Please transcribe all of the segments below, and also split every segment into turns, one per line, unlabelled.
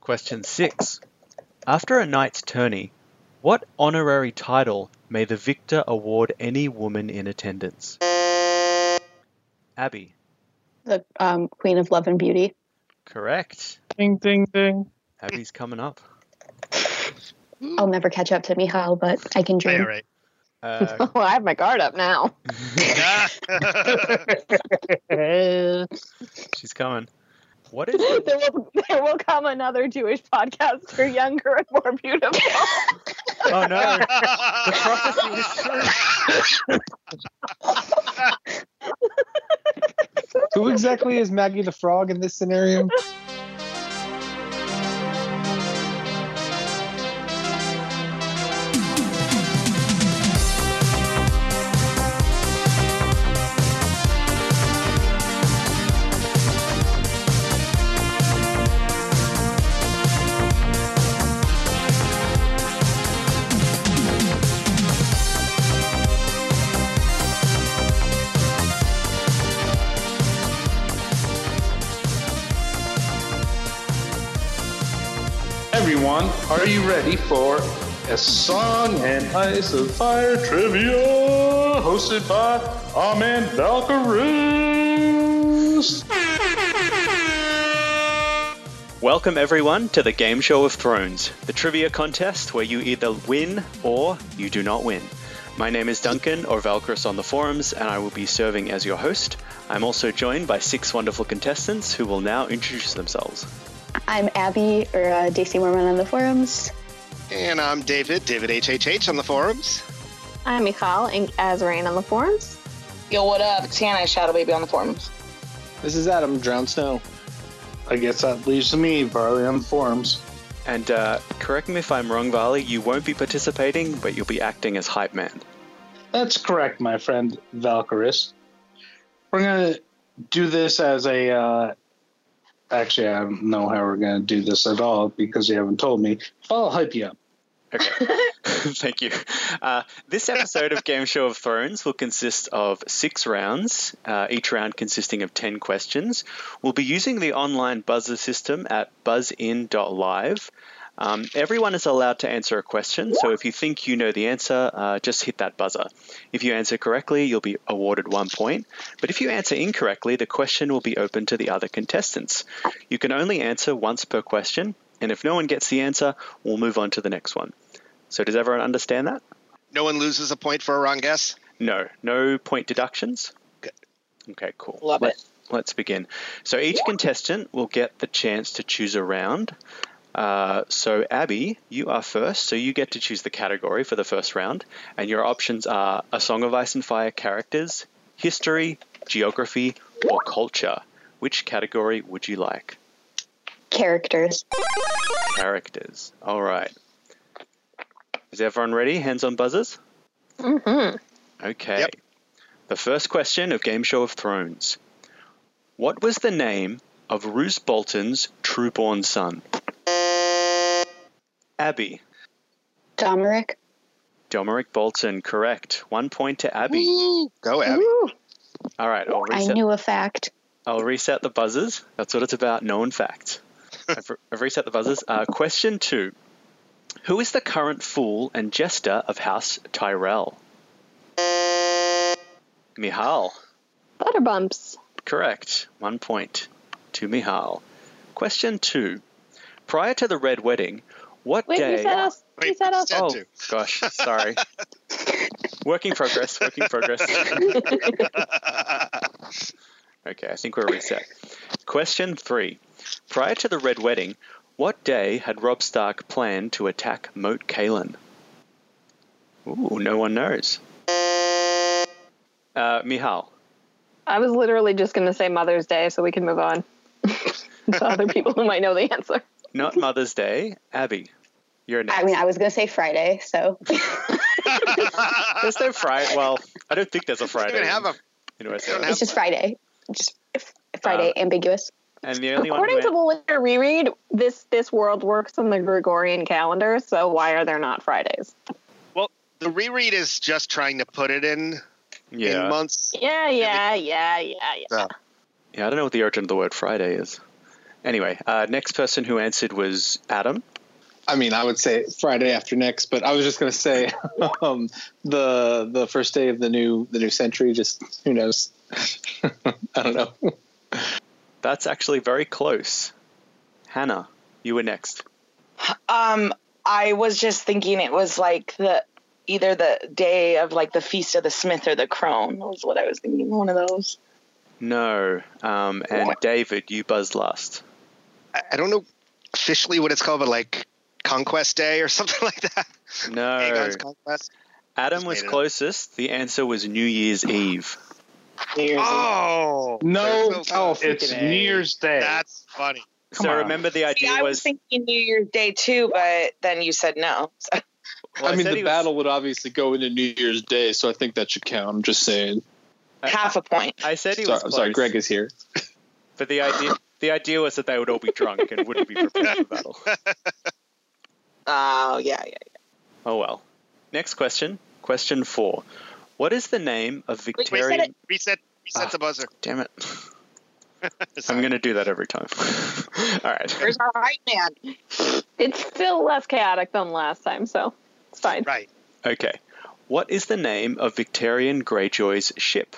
Question 6. After a knight's tourney, what honorary title may the victor award any woman in attendance? Abby,
The um, Queen of Love and Beauty.
correct.
Ding, ding, ding.
Abby's coming up.
Hmm.
I'll never catch up to Mihal, but I can
Hey,
dream.
all right.
Uh,
Oh, I have my guard up now.
Eh,
she's coming. What is
there will there will come another Jewish podcaster, younger and more beautiful.
Oh no. The prophecy is true.
Who exactly is Maggie the Frog in this scenario?
Everyone, are you ready for a song and ice of fire trivia hosted by Amen Valkyries?
Welcome everyone to the Game Show of Thrones, the trivia contest where you either win or you do not win. My name is Duncan or Valkyris on the forums, and I will be serving as your host. I'm also joined by six wonderful contestants who will now introduce themselves.
I'm Abby or uh, Daisy Mormon on the forums.
and I'm David, David HHH on the forums.
I'm Michal and Azrain on the forums.
Yo, what up? It's Hannah, Shadow Baby on the forums.
This is Adam Drown Snow.
I guess that leaves me, Barley on forums.
And uh, correct me if I'm wrong, Varley, you won't be participating, but you'll be acting as hype man.
That's correct, my friend Valkyris. We're gonna do this as a. Uh, actually, I don't know how we're gonna do this at all because you haven't told me. I'll hype you up.
Thank you. Uh, this episode of Game Show of Thrones will consist of six rounds, uh, each round consisting of 10 questions. We'll be using the online buzzer system at buzzin.live. Um, everyone is allowed to answer a question, so if you think you know the answer, uh, just hit that buzzer. If you answer correctly, you'll be awarded one point, but if you answer incorrectly, the question will be open to the other contestants. You can only answer once per question, and if no one gets the answer, we'll move on to the next one. So does everyone understand that?
No one loses a point for a wrong guess.
No, no point deductions. Okay, cool.
Love it.
Let's begin. So each contestant will get the chance to choose a round. Uh, so Abby, you are first, so you get to choose the category for the first round, and your options are a Song of Ice and Fire characters, history, geography, or culture. Which category would you like?
Characters.
Characters. All right. Is everyone ready? Hands on buzzers.
Mm-hmm.
Okay.
Yep.
The first question of Game Show of Thrones. What was the name of Roose Bolton's trueborn son? Abby.
Domeric.
Dominic Bolton, correct. One point to Abby.
Woo! Go, Abby.
All right, I'll
I
reset.
knew a fact.
I'll reset the buzzers. That's what it's about. Known facts. I've, re- I've reset the buzzers. Uh, question two. Who is the current fool and jester of House Tyrell? Mihal.
Butterbumps.
Correct. One point to Mihal. Question two. Prior to the Red Wedding, what
Wait,
day?
you said us. you
Wait,
said us.
said
oh,
to.
gosh. Sorry. work in progress. Work in progress. okay, I think we're reset. Question three. Prior to the Red Wedding, what day had Rob Stark planned to attack Moat Kalen? Ooh, no one knows. Uh, Mihal.
I was literally just going to say Mother's Day, so we can move on to other people who might know the answer.
Not Mother's Day. Abby, you're next.
I mean, I was going to say Friday, so.
There's no Friday. Well, I don't think there's a
I
Friday.
don't even have a.
in West
we don't
Australia.
it's just Friday. Just f-
Uh,
Friday, ambiguous.
and the only one.
According
who
to the later reread, this this world works on the Gregorian calendar, so why are there not Fridays?
The reread is just trying to put it in in
yeah,
months.
Yeah, yeah, yeah, yeah, yeah.
yeah. I don't know what the origin of the word Friday is. Anyway, uh, next person who answered was Adam.
I mean, I would say Friday after next, but I was just gonna say um, the the first day of the new the new century. Just who knows? I don't know.
That's actually very close. Hannah, you were next.
Um, I was just thinking it was like the either the day of like the feast of the smith or the crone was what I was thinking. One of those.
No. Um, and David, you buzzed last.
I, I don't know officially what it's called, but like Conquest Day or something like that.
No.
Aegon's Conquest.
Adam
Just
was
made it up.
closest. The answer was New Year's Eve.
Oh,
No,
There's no-
oh, it's
freaking
New
A.
Year's Day.
that's funny.
Come
so
on.
remember the idea
See, I was
was,
thinking New Year's Day too, but then you said no. So,
well,
I mean,
said
the
he was-
battle would obviously go into New Year's Day, so I think that should count. I'm just saying.
I-
half a point.
I said he
Sorry,
was
I'm
close,
sorry, Greg is here.
but the idea the idea was that they would all be drunk and wouldn't be prepared for battle.
Oh yeah, yeah.
Oh well. Next question, question four. What is the name of
we said
Victorian?
it.
Reset. Reset
Ah.
the buzzer.
Damn it! I'm
Sorry.
going to do that every time. all right.
Where's our right man?
It's still less chaotic than last time, so it's fine.
Right.
Okay. What is the name of Victorian Greyjoy's ship?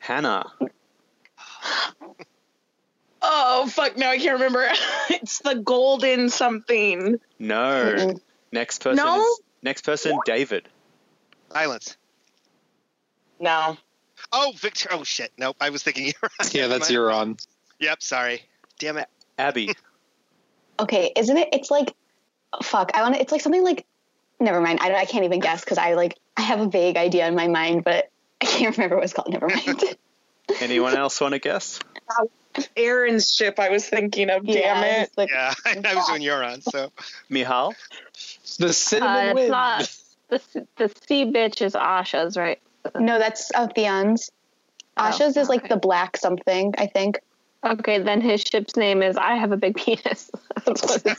Hannah.
Oh fuck! No, I can't remember. it's the golden something.
No. Next person.
No?
is- next person, David.
Silence.
No.
Oh, Victor. Oh shit. Nope. I was thinking.
Yeah, that's your on.
yep. Sorry. Damn it.
Abby.
Okay, isn't it? It's like, fuck. I want to. It's like something like. Never mind. I don't. I can't even guess because I like. I have a vague idea in my mind, but I can't remember what it's called. Never mind.
Anyone else want to guess?
Aaron's ship. I was thinking of.
yeah,
Damn
I
it.
was like,
Yeah, I was doing your on. So
Mihal.
The
Uh,
cinnamon
it's
wind.
not the the sea bitch is Asha's, right?
No, that's of Theon's. Asha's is like
Oh, okay.
the black something. I think.
Okay, then his ship's name is I have a big penis. That's what it is.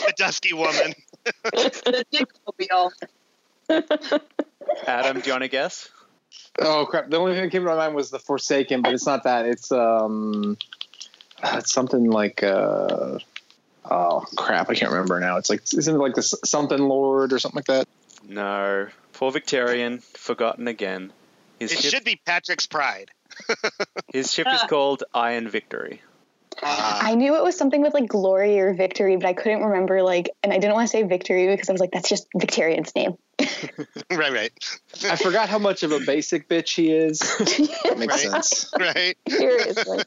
the dusky woman.
the dick mobile.
Adam, do you want to guess?
Oh crap! The only thing that came to my mind was the Forsaken, but it's not that. It's um, it's something like uh, oh crap! I can't remember now. It's like isn't it like this something Lord or something like that?
No. Poor Victorian, forgotten again. His
It
ship,
should Ah. be Patrick's pride.
his ship is called Iron Victory.
Ah.
I knew it was something with like glory or victory, but I couldn't remember like, and I didn't want to say victory because I was like, that's just Victorian's name.
right. Right.
I forgot how much of a basic bitch he is. That makes
Right.
sense.
Right.
Seriously.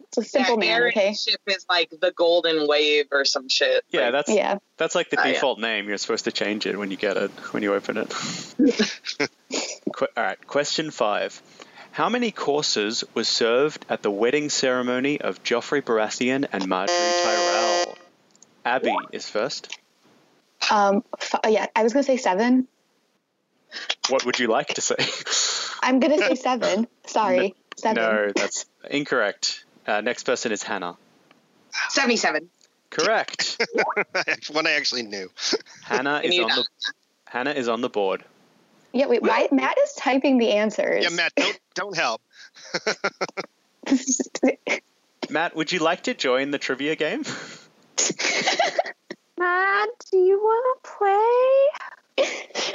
It's a simple
yeah,
man.
Aaron's
Okay.
ship is like the golden wave or some shit.
Yeah, that's
Yeah.
that's like the
Oh, yeah.
default name. You're supposed to change it when you get it, when you open it. Qu- all right, question five. How many courses were served at the wedding ceremony of Joffrey Baratheon and Marjorie Tyrell? Abby is first.
Um. F- yeah. I was gonna say seven.
What would you like to say?
I'm gonna say seven. Sorry. Seven.
No, that's incorrect. Uh, next person is Hannah.
Seventy-seven.
Correct.
One I actually knew.
Hannah is
knew
on
that.
the Hannah is on the board.
Yeah. Wait. Why? Matt is typing the answers.
Yeah, Matt. Don't don't help.
Matt, would you like to join the trivia game?
Matt, do you want to play?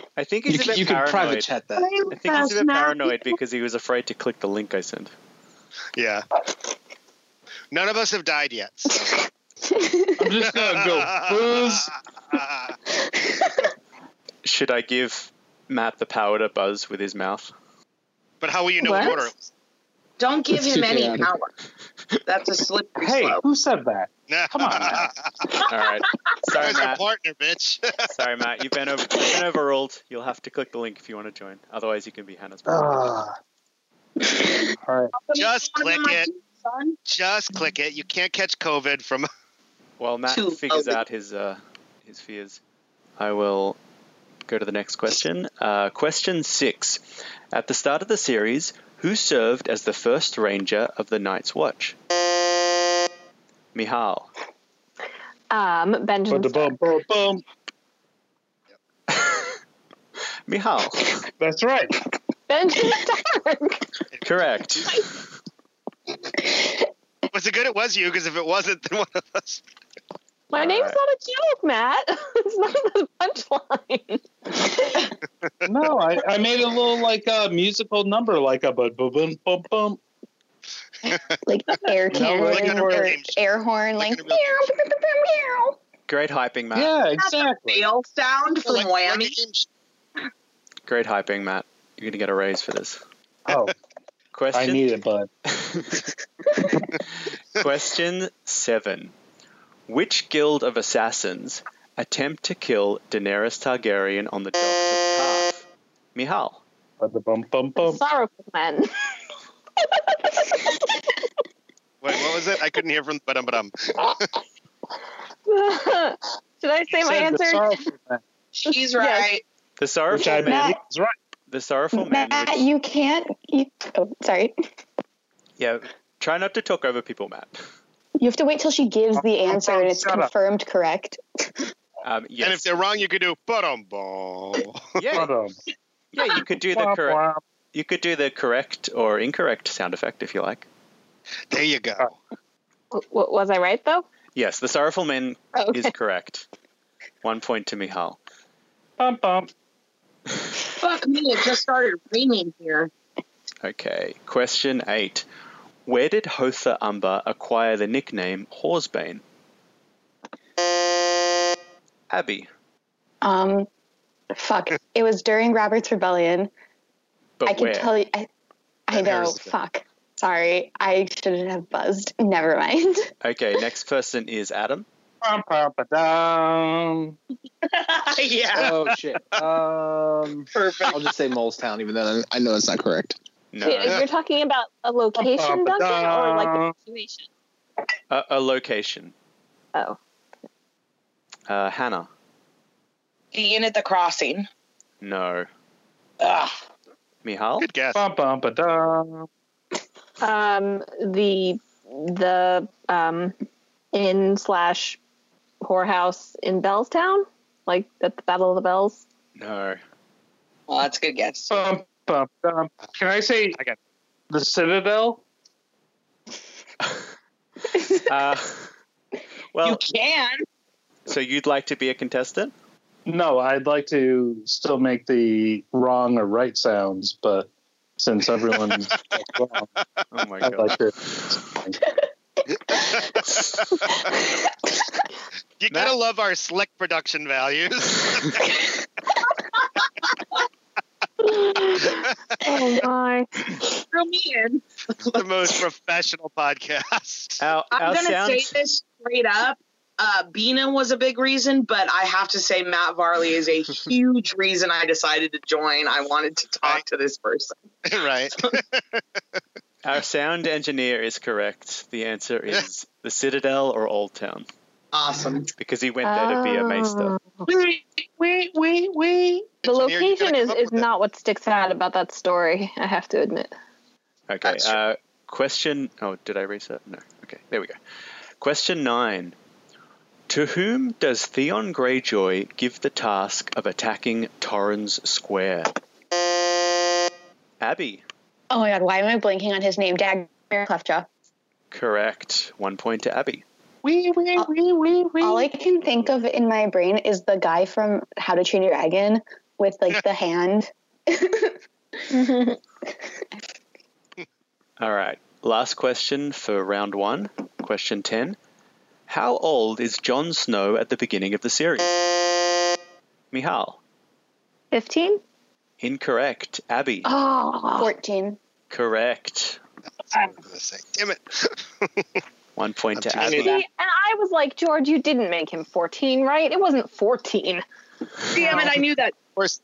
I think he's
You,
a bit
can- you can
paranoid.
private chat that.
Play
I
with
think he's
us,
a bit
Matt.
paranoid because he was afraid to click the link I sent.
Yeah. None of us have died yet. So.
I'm just gonna go Oh, booze.
Should I give Matt the power to buzz with his mouth?
But how will you know what,
What?
order? it was?
Don't give
It's
him
too
any
chaotic.
power. That's a slippery
Hey,
slope.
who said that?
Come
on, Matt.
All right. Sorry,
There's a
Matt.
partner, bitch.
Sorry, Matt. You've been, over- you've been overruled. You'll have to click the link if you want to join. Otherwise, you can be Hannah's.
Ah. All right.
Just
One of them
click
I
it.
do, son.
Just click it. You can't catch COVID from.
While Matt
Too
figures
low.
out his uh, his fears, I will go to the next question. Uh, question six: At the start of the series, who served as the first ranger of the Night's Watch? Mihal.
Um, Benjamin. Stark.
Ba-da-bum, ba-da-bum.
Mihal.
That's right.
Benjamin Stark.
Correct.
Was it good? It was you, because if it wasn't, then one of us.
My
All
name's
right.
not a joke, Matt. it's not the punchline.
No, I, I made a little like a musical number, like a bum bum bum bum. bum.
like air
No,
cannon
we're
looking at a
or
real game show.
air horn,
Looking
like
at a real game
Great hyping, Matt.
Yeah,
That's a
exactly.
fail sound from
Like- like a
Whammy.
game show.
Great hyping, Matt. You're gonna get a raise for this.
Oh, I
Question.
need it, bud.
Question seven. Which guild of assassins attempt to kill Daenerys Targaryen on the dock of Carth? Mihal.
Bum bum bum bum.
Sorrowful men.
Wait, what was it? I couldn't hear from but um but um.
Should I say my
Said the
answer?
sorrowful man,
Yes.
She's right.
The
Which
sorrowful
I
man.
believe is right.
The sorrowful man.
Matt,
which-
you can't. You, oh, sorry.
yeah. Try not to talk over people, Matt.
You have to wait till she gives the
Oh,
answer and it's
shut up.
confirmed correct.
Um,
And if
yes.
they're wrong, you could do but um bum.
yeah,
Bum,
yeah, you could do the
bum,
correct.
bum.
You could do the correct or incorrect sound effect if you like.
There you go.
W- w- was I right though?
Yes, the sorrowful man
Oh, okay.
is correct. One point to Mihal.
Bum, bum.
Fuck me, it just started raining here.
Okay. Question eight. Where did Hotha Umber acquire the nickname Horsebane? Abby.
Um, fuck. it was during Robert's Rebellion.
But
I can
where?
tell you. I, I
That
know.
hurts.
Fuck. Sorry. I shouldn't have buzzed. Never mind.
Okay, next person is Adam.
Bum, bum, ba, dum.
yeah.
Oh shit. Um,
Perfect.
I'll just say Molestown, even though I know that's not correct.
No.
Wait, you're talking about a location, Duncan, or like the situation?
A, a location.
Oh,
Uh, Hannah.
The inn at the crossing.
No.
Ugh.
Mihal?
Good guess.
Bum, bum, ba, dum.
um, the the um, inn slash whorehouse in Bellstown, like at the Battle of the Bells.
No.
Well, that's a good guess.
Bum, bum, bum. Can I say
I got it.
the Citadel?
Uh, well,
you can.
so you'd like to be a contestant?
No, I'd like to still make the wrong or right sounds, but since everyone's wrong,
Oh my
I'd
god.
like to.
You gotta love our slick production values.
Oh my!
Throw me in.
the most professional podcast.
Our,
I'm
our
gonna
sound,
say this straight up. Uh, Bina was a big reason, but I have to say Matt Varley is a huge reason I decided to join. I wanted to talk to this person.
right.
our sound engineer is correct. The answer is the Citadel or Old Town
Awesome.
because he went there to be a maester.
Wait, wait, wait, wait.
The
Engineer, you gotta
location is,
come up
is
with it.
not what sticks out about that story, I have to admit.
Okay.
That's true.
Uh, question. Oh, did I reset? No. Okay. There we go. Question nine. To whom does Theon Greyjoy give the task of attacking Torrens Square? Abby.
oh my god. Why am I blanking on his name? Dag Cleftjaw.
Correct. One point to Abby.
Wee, wee, wee, wee, wee.
All I can think of in my brain is the guy from How to Train Your Dragon with like the hand.
All right. Last question for round one. Question 10. How old is Jon Snow at the beginning of the series? Mihal.
15?
Incorrect. Abby.
Oh,
14.
Correct.
That's what I was gonna say. Damn it.
One point to
Opportunity.
see,
Abby.
and I was like, George, you didn't make him 14, right? It wasn't 14.
Damn it, I knew that.
Of course.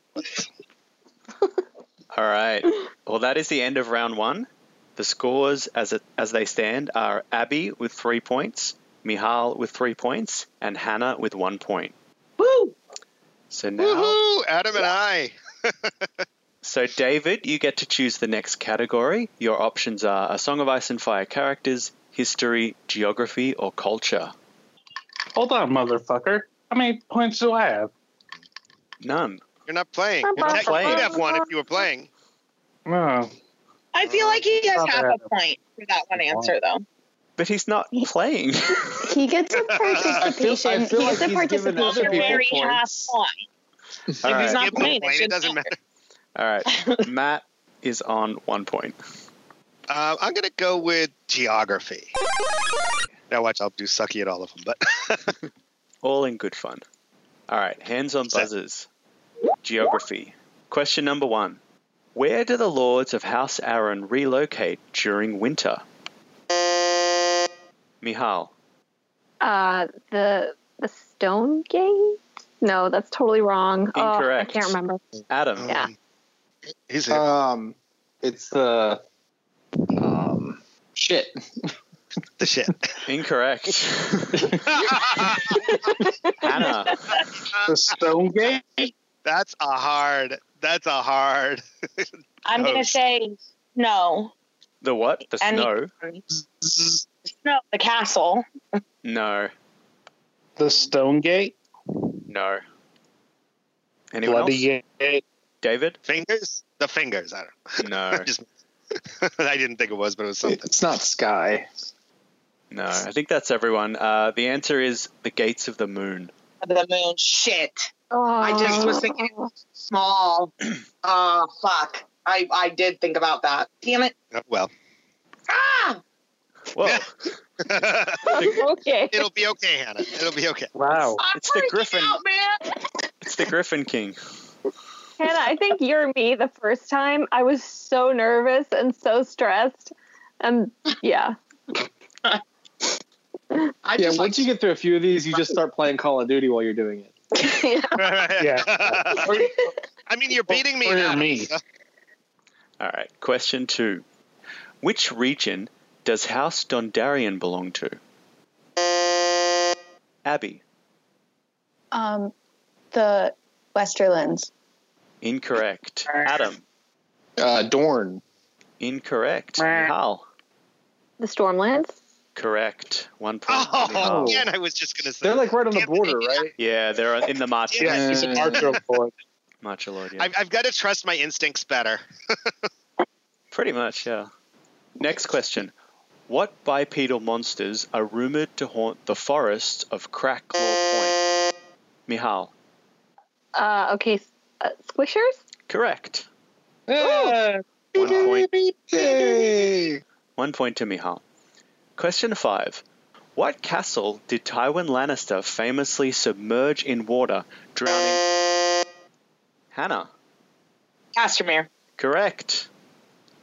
All right. Well, that is the end of round one. The scores as, it, as they stand are Abby with three points, Mihal with three points, and Hannah with one point.
Woo!
So now.
Woohoo! Adam and I.
So, David, you get to choose the next category. Your options are A Song of Ice and Fire characters, history, geography, or culture.
Hold on, motherfucker. How many points do I have?
None.
You're not playing.
We're
Heck,
playing.
You'd have one if you were playing.
Oh,
I feel like he has
Not
half
bad.
a point for that one answer, though.
But he's not playing.
He gets a
I feel- I
participation.
feel
he
like
gets a
he's given other
participation.
people
Very half
points.
point.
All
if
right.
he's
Give
not
him a
playing,
point,
it,
it doesn't matter.
All right. Matt is on one point.
Uh, I'm gonna go with geography. Now watch, I'll do sucky at all of them, but
All in good fun. All right. Hands on
Set.
buzzers. Geography. Question number one Where do the lords of House Aaron relocate during winter? Mihal.
Uh, the the Stone Gate? No, that's totally wrong. Oh,
Incorrect.
I can't remember.
Adam.
Yeah.
Um, is it?
Um, it's the um shit.
the shit.
Incorrect. Hannah.
the Stone Gate.
that's a hard. That's a hard.
I'm
Oh.
going to say no.
The what? The
And-
snow?
No, the castle.
No.
The Stone Gate.
No. Anyone else?
Bloody Gate.
David?
Fingers? The fingers. I don't.
No.
Just- I didn't think it was, but it was something.
It's not sky.
No. I think that's everyone. Uh, the answer is the gates of the moon.
The moon. Shit.
Oh,
I just was thinking it was small. Oh, fuck. I, I did think about that. Damn it.
Oh, well,
Ah!
Whoa.
okay.
it'll be okay, Hannah. It'll be okay.
Wow.
I'm
It's the
freaking
griffin.
out, man.
It's the Griffin King.
Hannah, I think you're me the first time. I was so nervous and so stressed. And yeah.
I
yeah,
just
once you get through a few of these, you just start playing Call of Duty while you're doing it.
Yeah.
I mean, you're beating
Oh,
me
Or
now.
me.
so-
All right. Question two. Which region does House Dondarian belong to? Abby.
Um, the Westerlands.
Incorrect. Adam.
Uh, Dorn.
Incorrect. Hal.
The Stormlands?
Correct. One point. for
Oh,
Nihal.
man, I was just gonna say.
They're like right on the
Damn it.
border, right?
Yeah, they're in the March.
Yeah.
Yeah, he's an archer boy.
Marchalord, yeah.
I've, I've got to trust my instincts better.
Pretty much, yeah. Next question. What bipedal monsters are rumored to haunt the forests of Cracklaw Point? Mihal.
Uh, okay. s- Uh, squishers?
Correct.
Yeah.
One point.
Yay!
One point to Mihal. Question five. What castle did Tywin Lannister famously submerge in water, drowning? Hannah.
Castermere.
Correct.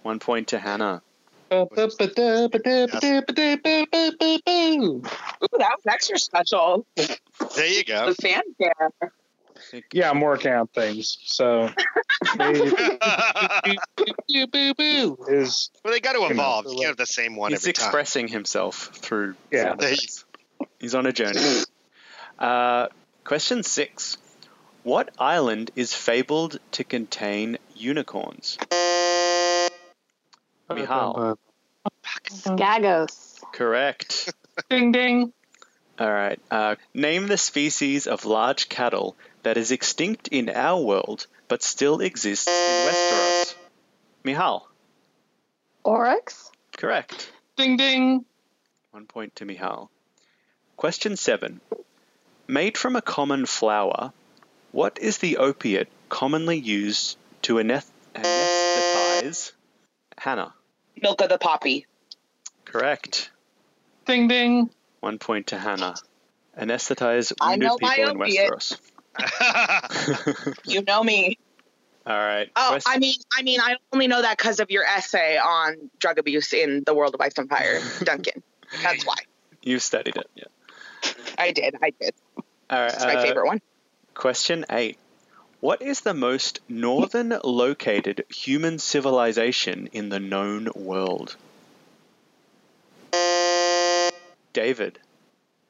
One point to Hannah.
Yeah,
Ooh, that was extra special.
There you go.
The fanfare.
I'm working on things. So
well,
boo boo boo is
they got to
know,
evolve.
so
You can't have the same one
He's
every time.
expressing himself through.
Yeah.
sound effects. He's on a journey. Uh, question six. What island is fabled to contain unicorns?
Uh,
Mihal.
Skagos.
Correct.
Ding ding.
All right. Uh, name the species of large cattle that is extinct in our world but still exists in Westeros. Mihal.
Oryx?
Correct.
Ding ding.
One point to Mihal. Question seven. Made from a common flower, what is the opiate commonly used to aneth- anesthetize? Hannah.
Milk of the poppy.
Correct.
Ding ding.
One point to Hannah. Anesthetize
I
wounded
know my
people in
opiate.
Westeros.
You know me.
All right.
Oh,
Quest-
I mean, I mean, I only know that because of your essay on drug abuse in the world of Ice and Fire, Duncan. That's why
you studied it. Yeah.
I did. I did.
All right.
It's my
uh,
favorite one.
Question eight. What is the most northern located human civilization in the known world? David.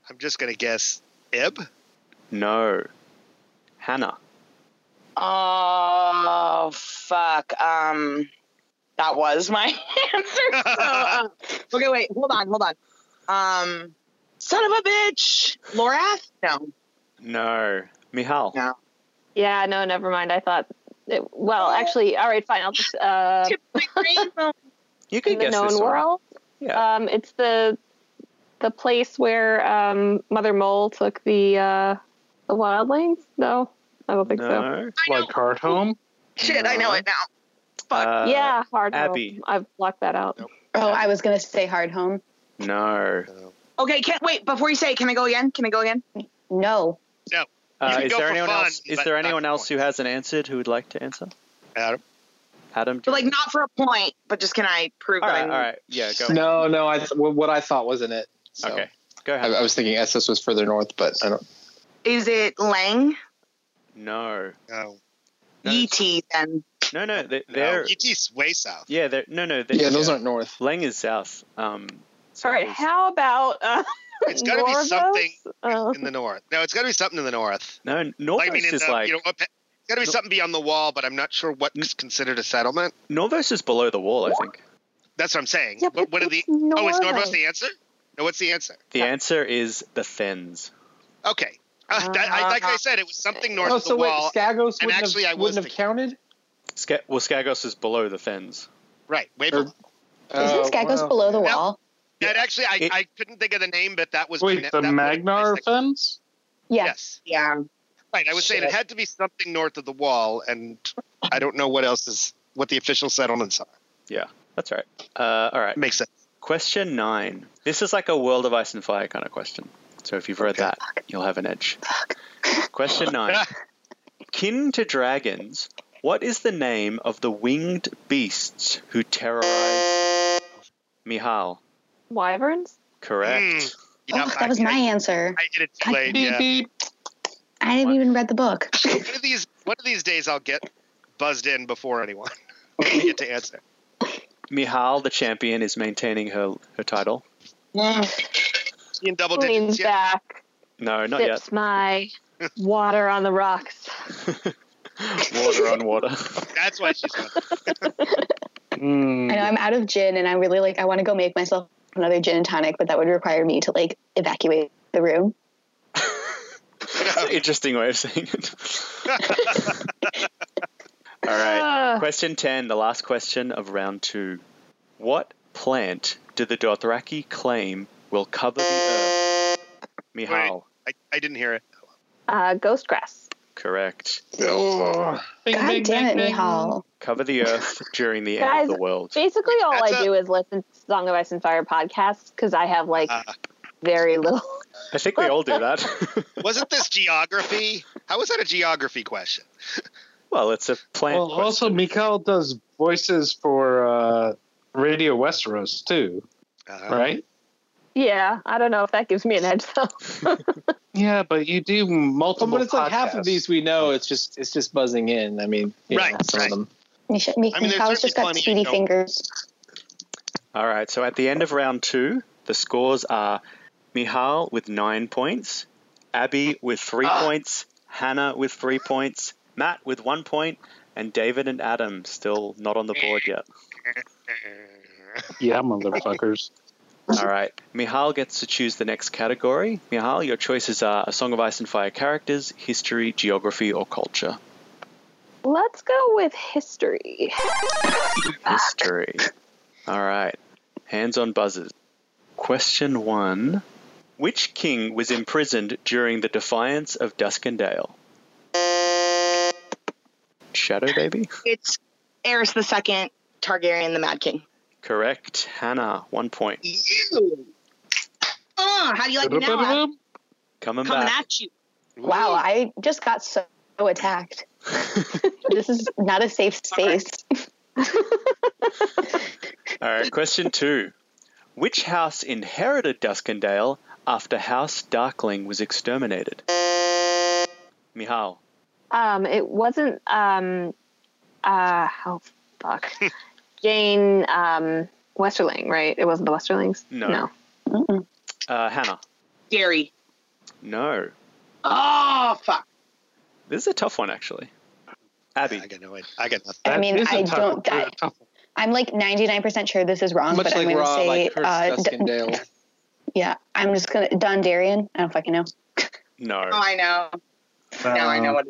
I'm just gonna guess Ib.
No. Hannah.
Oh fuck. Um, that was my answer. So, uh, okay, wait. Hold on. Hold on. Um, son of a bitch. Lorath? No.
No. Mihal.
No.
Yeah, no, never mind. I thought it- well, actually, all right, fine. I'll just uh,
You can
in the
guess this
known
one.
world.
Yeah.
Um, it's the the place where um, Mother Mole took the uh, the wildlings. No, I don't think so.
no.
Like Cart Home?
Shit, I know it now. Fuck.
Uh,
yeah, hard. Home.
Abby.
I've blocked that out.
Oh, I was gonna say hard home.
No.
Okay, can wait before you say it. Can I go again? Can I go again?
No.
Uh,
can
is
go
there
for
anyone
fun,
else? Is
but
there
not
anyone
for
else who hasn't answered who would like to answer?
Adam.
Adam. do
But
you-
like not for a point, but just can I prove
all
that
right. All
I'm
right. Yeah. Go.
No, no, I th- what I thought wasn't it. So.
Okay. Go
I,
ahead.
I was thinking SS was further north, but I don't.
Is it Lang?
No.
No,
No,
ET then.
No. No. They,
no.
they're.
ET's way south.
Yeah. They're. No. No. They,
Yeah, those aren't north.
Lang is south. Um. so
All right,
it's-
how about uh,
It's gotta be
Norvos?
something
Uh,
in the north. No, it's got to be something in the north.
No. Norvos
Like, I mean, in
is
the,
like
you know, up, it's got to be
No-
something beyond the wall, but I'm not sure what's considered a settlement.
Norvos is below the wall. I think
That's what I'm saying.
yeah,
what,
but
what are the?
it's Norvos.
Oh, is Norvos the answer? No, what's the answer?
the answer is the Fens.
Okay. Uh, that, I, like I said, it was something north
Oh,
of
so
the
wait,
wall.
Skagos
and
wouldn't
actually I
have,
was
wouldn't have
thinking-
counted.
Ska- well, Skagos is below the Fens.
right. Wait,
Or-
Isn't
Oh,
Oh,
Skagos below the
Yeah.
wall?
that actually, I,
It-
I couldn't think of the name, but that was
Wait,
that-
the
that was my
Magnar
second-
fence?
Yeah.
Yes.
Yeah.
Right. I was saying it
Shit.
had to be something north of the wall, and I don't know what else is what the official settlements are.
That's right. Uh, all right.
Makes sense.
Question nine. This is like a World of Ice and Fire kind of question. So if you've read
Okay.
that, you'll have an edge. Question nine. Kin to dragons, what is the name of the winged beasts who terrorize Mihal?
wyverns.
Correct.
Hmm. You know,
Oh,
I-
that was my answer.
I did it too late.
Beep,
Yeah.
beep.
I didn't even read the book.
one of these one of these days I'll get buzzed in before anyone. When I get to answer.
Mihal, the champion, is maintaining her, her title. Mm.
She in double
Leans
digits. Yeah.
back,
No, not
sips my water on the rocks.
yet. Water on water.
That's why she's not.
I
Hmm.
know I'm out of gin, and I really like. I want to go make myself another gin and tonic, but that would require me to like evacuate the room.
That's an interesting way of saying it. All right.
Ah.
Question 10, the last question of round two. What plant do the Dothraki claim will cover the earth? Mihal,
I, I didn't hear it.
Uh, ghost grass.
correct.
Bing,
God
bing,
damn
bing,
it,
bing.
Mihal.
Cover the earth during the end
Guys,
of the world.
Basically, all
That's
I
a-
do is listen to Song of Ice and Fire podcasts because I have like
Uh,
very little.
I think we all do that.
wasn't this geography? How was that a geography question?
well, it's a plant.
Well, also, Mikael does voices for uh, Radio Westeros, too,
Uh,
right?
yeah, I don't know if that gives me an edge though.
Yeah, but you do multiple
but it's like half
podcasts.
of these we know. It's just it's just buzzing in. I mean, you know,
Right,
some
right.
of them.
Mich-
I mean, there's
Michal's just got
certainly plenty,
speedy
you know.
fingers.
All right, so at the end of round two, the scores are Mihal with nine points, Abby with three points, Hannah with three points, Matt with one point, and David and Adam still not on the board yet.
Yeah, motherfuckers.
All right. Mihal gets to choose the next category. Mihal, your choices are A Song of Ice and Fire characters, history, geography, or culture.
Let's go with history.
History. All right. Hands on buzzers. Question one Which king was imprisoned during the defiance of Duskendale? Shadow Baby?
It's Eris the second, Targaryen the Mad King.
Correct. Hannah, one point.
You. Uh, how do you like me now? I'm
Coming,
coming
back.
at you.
Wow, I just got so attacked. this is not a safe space.
All right, question two. Which house inherited Duskendale after House Darkling was exterminated? Mihal.
Um, it wasn't. Um, uh, oh fuck. Jane um, Westerling, right? It wasn't the Westerlings.
No.
No.
Mm-mm.
Uh, Hannah.
Gary.
No.
Oh, fuck.
This is a tough one, actually.
I
Abby.
got no idea. I got nothing.
I
That
mean,
is a
I
tough-
don't. I,
a tough-
I'm like 99% sure this is wrong,
Much
but I'm
like
gonna
Rob,
say,
I cursed
uh, D-
Duskendale.
yeah, I'm just gonna Don Darien. I don't fucking know.
No.
Uh,
Oh, I know. Now I know what.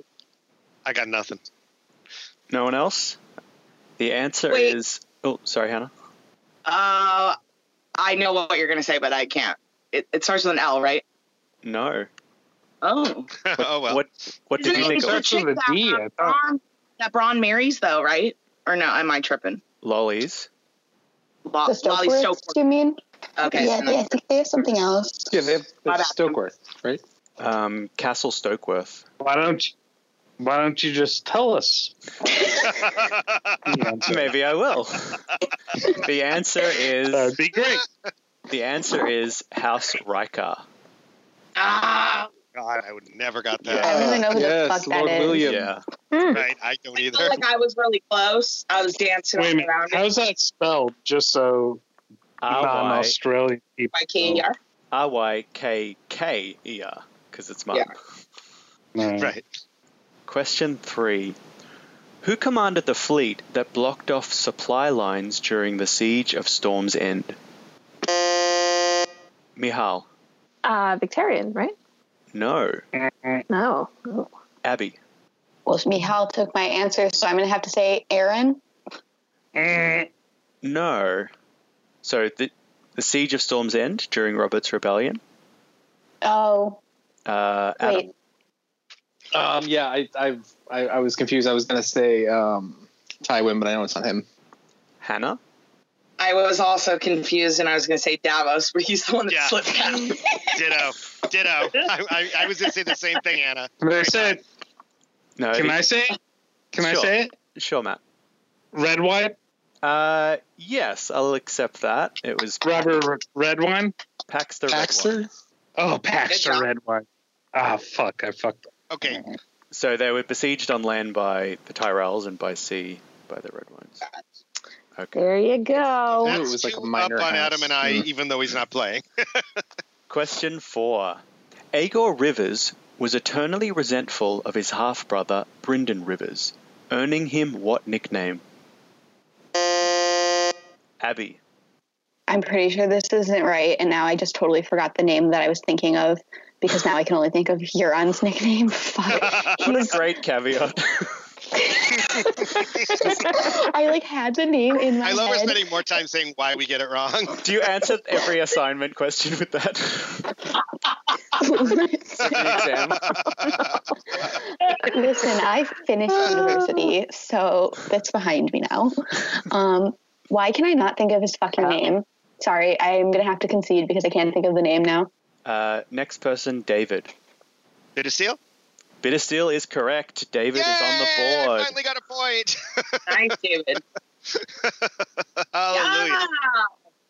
I got nothing.
No one else? The answer
Wait.
is. Oh, sorry, Hannah.
Uh, I know what you're gonna say, but I can't. It, it starts with an L, right?
No.
Oh,
oh well.
What What did
Isn't
you
it
think
the
of?
Starts
chick
with a
that
D, I
Ron-
thought.
Ron- That Braun marries, though, right? Or no? Am I tripping?
Lollies.
Lo-
The
Lolly
Stokeworths,
Stokeworth.
do you mean?
Uh, Okay.
yeah, they, I think they have something else.
Yeah, they have, they
My
have
bad.
Stokeworth, right?
Um, Castle Stokeworth.
Why don't you, Why don't you just tell us? the answer?
Maybe I will. the answer
That
is
would be Uh, great.
the answer is House Riker.
Ah,
God, I would never got
I
that.
don't even know who
yes,
the fuck
Lord
that is.
William.
Yeah.
Right, I don't
I
either.
felt like I was really close. I was dancing
Wait a minute.
around it
How's that spelled? Just so
R Y
non-Australian people.
by E KER.
R Y K K E R because it's mine.
Yeah.
know.
Mm.
No.
Right.
Question three. Who commanded the fleet that blocked off supply lines during the siege of Storm's End? Mihal.
Uh, Victorian, right?
No.
No. Oh.
Abby.
Well, Mihal took my answer, so I'm going to have to say Aaron.
Oh.
No. So the, the siege of Storm's End during Robert's Rebellion.
Oh,
Uh, Adam.
wait.
Um, yeah, I, I've, I I was confused. I was gonna say um, Tywin, but I know it's not him.
Hannah.
I was also confused, and I was gonna say Davos, but he's the one that
Yeah.
slipped out.
Ditto. Ditto. I, I, I was going to say the same thing, Anna.
Can I say it?
No.
Can I say it? Can I
Sure.
say it?
Sure, Matt.
Red wine,
Uh, yes, I'll accept that. It was
rubber red wine.
Pax the Red One.
Baxter.
Oh,
Good
Paxter
job.
red wine. Ah, fuck! I fucked. up.
Okay.
So they were besieged on land by the Tyrells and by sea by the Red Ones. Okay.
There you go.
That's
it was like a
two
minor
up on
house.
Adam and I,
Mm.
even though he's not playing.
Question four. Agor Rivers was eternally resentful of his half brother Brynden Rivers, earning him what nickname? Abby.
I'm pretty sure this isn't right, and now I just totally forgot the name that I was thinking of because now I can only think of Euron's nickname. Fuck.
What a great caveat.
I like had the name in my
I love we're
head.
spending more time saying why we get it wrong.
Do you answer every assignment question with that? The exam?
Listen, I finished university, so that's behind me now. Um, why can I not think of his fucking name? Sorry, I'm gonna have to concede because I can't think of the name now.
Uh, next person, David.
Did it steal?
Bittersteel is correct. David is on
Yay,
the
I
board.
finally got a point.
Thanks, David.
Hallelujah.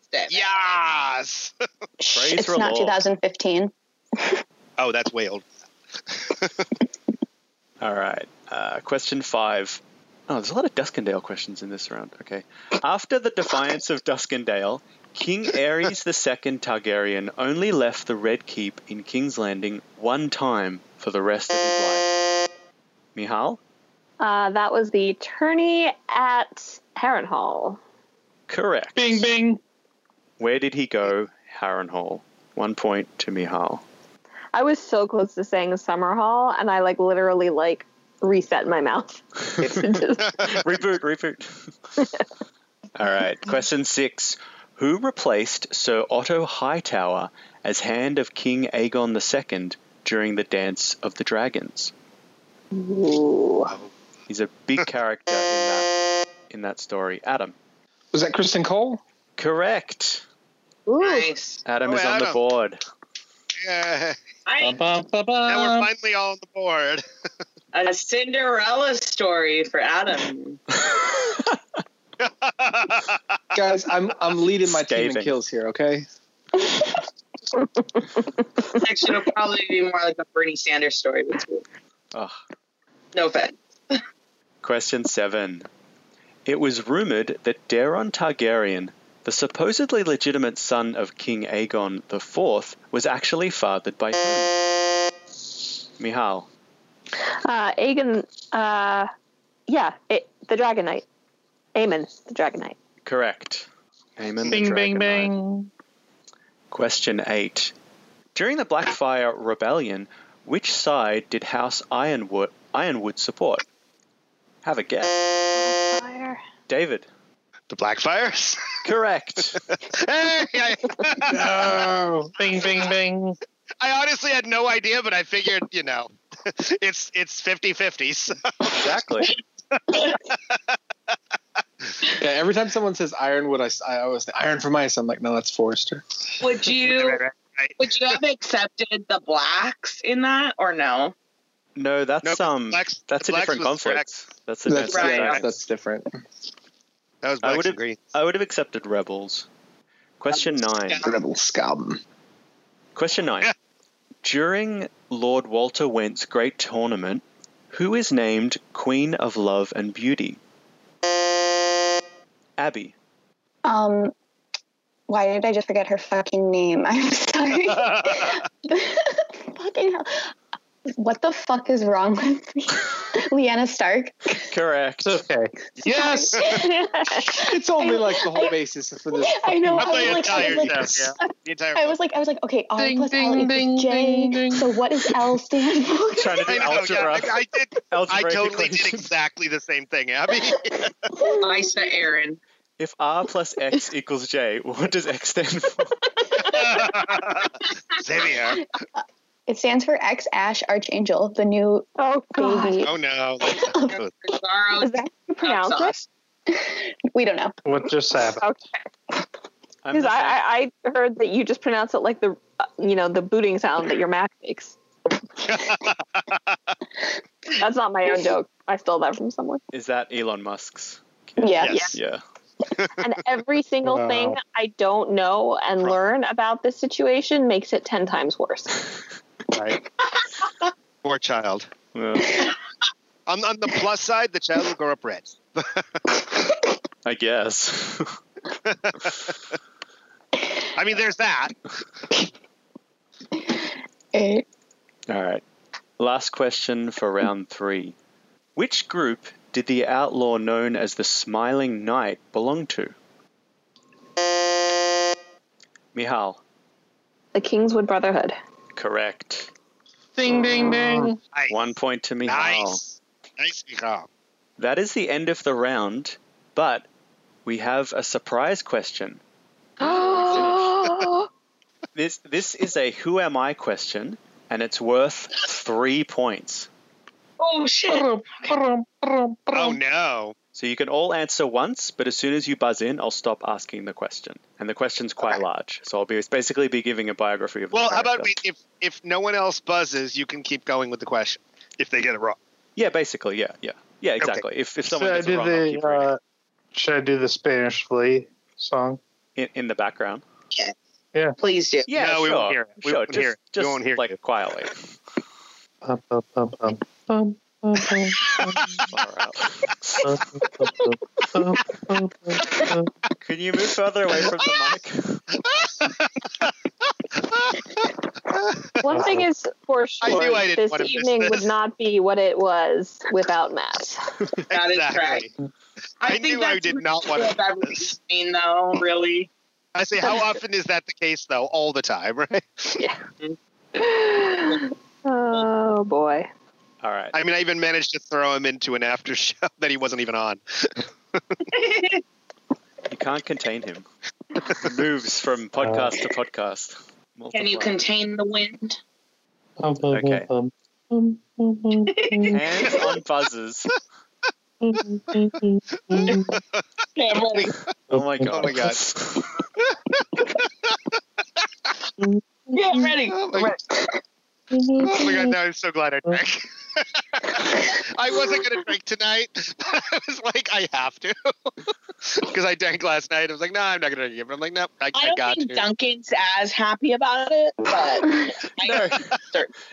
David.
Yes.
Shh,
Praise
it's
the
not
Lord.
2015.
Oh, that's way old.
All right. Uh, question five. Oh, there's a lot of Duskendale questions in this round. Okay. After the defiance of Duskendale, King Ares II Targaryen only left the Red Keep in King's Landing one time for the rest of his life. Mihal?
Uh, that was the tourney at Harrenhal.
Correct.
Bing, bing.
Where did he go? Harrenhal. One point to Mihal.
I was so close to saying Summer Hall, and I like literally like reset my mouth.
reboot, reboot. All right. Question six. Who replaced Sir Otto Hightower as Hand of King Aegon II during the Dance of the Dragons?
Ooh.
He's a big character in that in that story. Adam.
Was that Kristen Cole?
Correct.
Ooh.
Nice.
Adam
Oh,
is on the
Adam.
board.
Yeah. Um,
I,
Ba, ba, ba.
Now
Um,
we're finally all on the board.
a Cinderella story for Adam.
Guys, I'm I'm leading my team
Scathing.
in kills here. Okay.
section will probably be more like a Bernie Sanders story. Which is,
Ugh.
no offense.
Question seven. It was rumored that Daron Targaryen, the supposedly legitimate son of King Aegon IV, was actually fathered by whom? Mihal.
Uh, Aegon. Uh, yeah, it, the Dragon Knight. Aemon, the Dragon Knight.
Correct. Aemon the
Bing, bing,
Dragon Knight.
bing.
Question eight. During the Blackfire Rebellion, which side did House Ironwood, Ironwood support? Have a guess. David.
The Blackfires.
Correct.
hey, I,
No.
Bing, bing, bing.
I honestly had no idea, but I figured, you know, it's it's 50 50.
exactly.
Yeah, every time someone says Ironwood, I, I always think Iron from Ice. I'm like, no, that's Forrester.
Would you would you have accepted the blacks in that or no?
No, that's
Nope,
um,
blacks-
that's
the
a
blacks
different
was
conflict. That's a
That's,
different.
Right.
yeah,
conflict.
that's different.
That was
I
Blacks
would've-
and Green.
I would have accepted rebels. Question nine.
Rebel scum.
Question nine.
Um, Yeah.
During Lord Walter Wendt's great tournament, who is named Queen of Love and Beauty? Abby.
Um, why did I just forget her fucking name? I'm sorry. fucking hell. What the fuck is wrong with me? Leanna Stark.
Correct.
It's okay.
Yes, it's only like the whole basis for this.
I know.
I
I
play
was
the
like, I
entire
was like,
stuff, yeah. The entire
I was like, I was like, okay, R
Ding,
plus L
ding,
equals
ding,
J.
ding, ding.
So what does L stand for?
Trying to do
I know, yeah,
algebra.
I, I did. I
algebraic
totally did
equations.
exactly the same thing, Abby.
Isa Aaron.
If R plus X equals J, what does X stand for?
same here.
It stands for X Ash Archangel, the new
oh
baby.
baby,
Oh no.
Bizarro
is that how you pronounce it?
sauce.
We don't know.
What just happened?
Okay,
I'm
because
the
I,
same.
I I heard that you just pronounce it like the uh, you know the booting sound that your Mac makes. That's not my own joke. I stole that from someone.
Is that Elon Musk's?
Yeah.
Yes.
Yeah.
And every single
Wow.
thing I don't know and
Right.
learn about this situation makes it ten times worse.
Right.
Poor child.
Well,
On, on the plus side, the child will grow up red.
I guess.
I mean, there's that.
Eh,
All right. Last question for round three. Which group did the outlaw known as the Smiling Knight belong to? Mihal.
The Kingswood Brotherhood.
Correct.
Ding, ding, ding.
Nice.
One point to Mihal.
Nice.
Oh.
Nice, Mihal.
That is the end of the round, but we have a surprise question.
Oh,
This this is a who am I question, and it's worth three points.
Oh shit.
Brum, brum, brum,
Oh
brum.
no.
So you can all answer once, but as soon as you buzz in, I'll stop asking the question. And the question's quite large, so I'll be basically be giving a biography of.
Well,
the
how about we,
character.
if if no one else buzzes, you can keep going with the question if they get it wrong.
Yeah, basically, yeah, yeah, yeah, exactly. If if someone gets
Should I
it
do
wrong, I'll
the
keep reading
uh, Should I do the Spanish Flea song?
in, in the background.
Please do.
Yeah,
No,
sure.
we won't hear it. We
Sure,
won't
just,
hear it. We
just
won't hear
like
you.
quietly.
Bum, bum, bum, bum, bum, bum, bum,
Far out.
bum, bum, bum, bum, bum, bum.
Can you move further away from the
one thing is for sure,
I knew I didn't
this
wanna miss
evening
this.
would not be what it was without Matt.
That is
exactly. I,
think
knew I
that's
did not want
what
to.
I've ever
this.
seen though, really.
I say, how often is that the case though? All the time, right?
Oh boy.
mic? All right.
I mean, I even managed to throw him into an after show that he wasn't even on.
You can't contain him. He moves from podcast to podcast.
Can you
Multiply.
contain the wind?
Bum, bum,
Okay.
bum, bum, bum, bum, bum,
Hands on buzzers.
bum, bum, bum, bum.
Oh my
Oh
god.
my God.
Yeah, I'm ready.
Oh my, oh my god! Now I'm so glad I drank. I wasn't gonna drink tonight. But I was like, I have to, because I drank last night. I was like, no, I'm not gonna drink it. But I'm like, no, I,
I
I
don't
got
think
to.
Duncan's as happy about it, but I
No.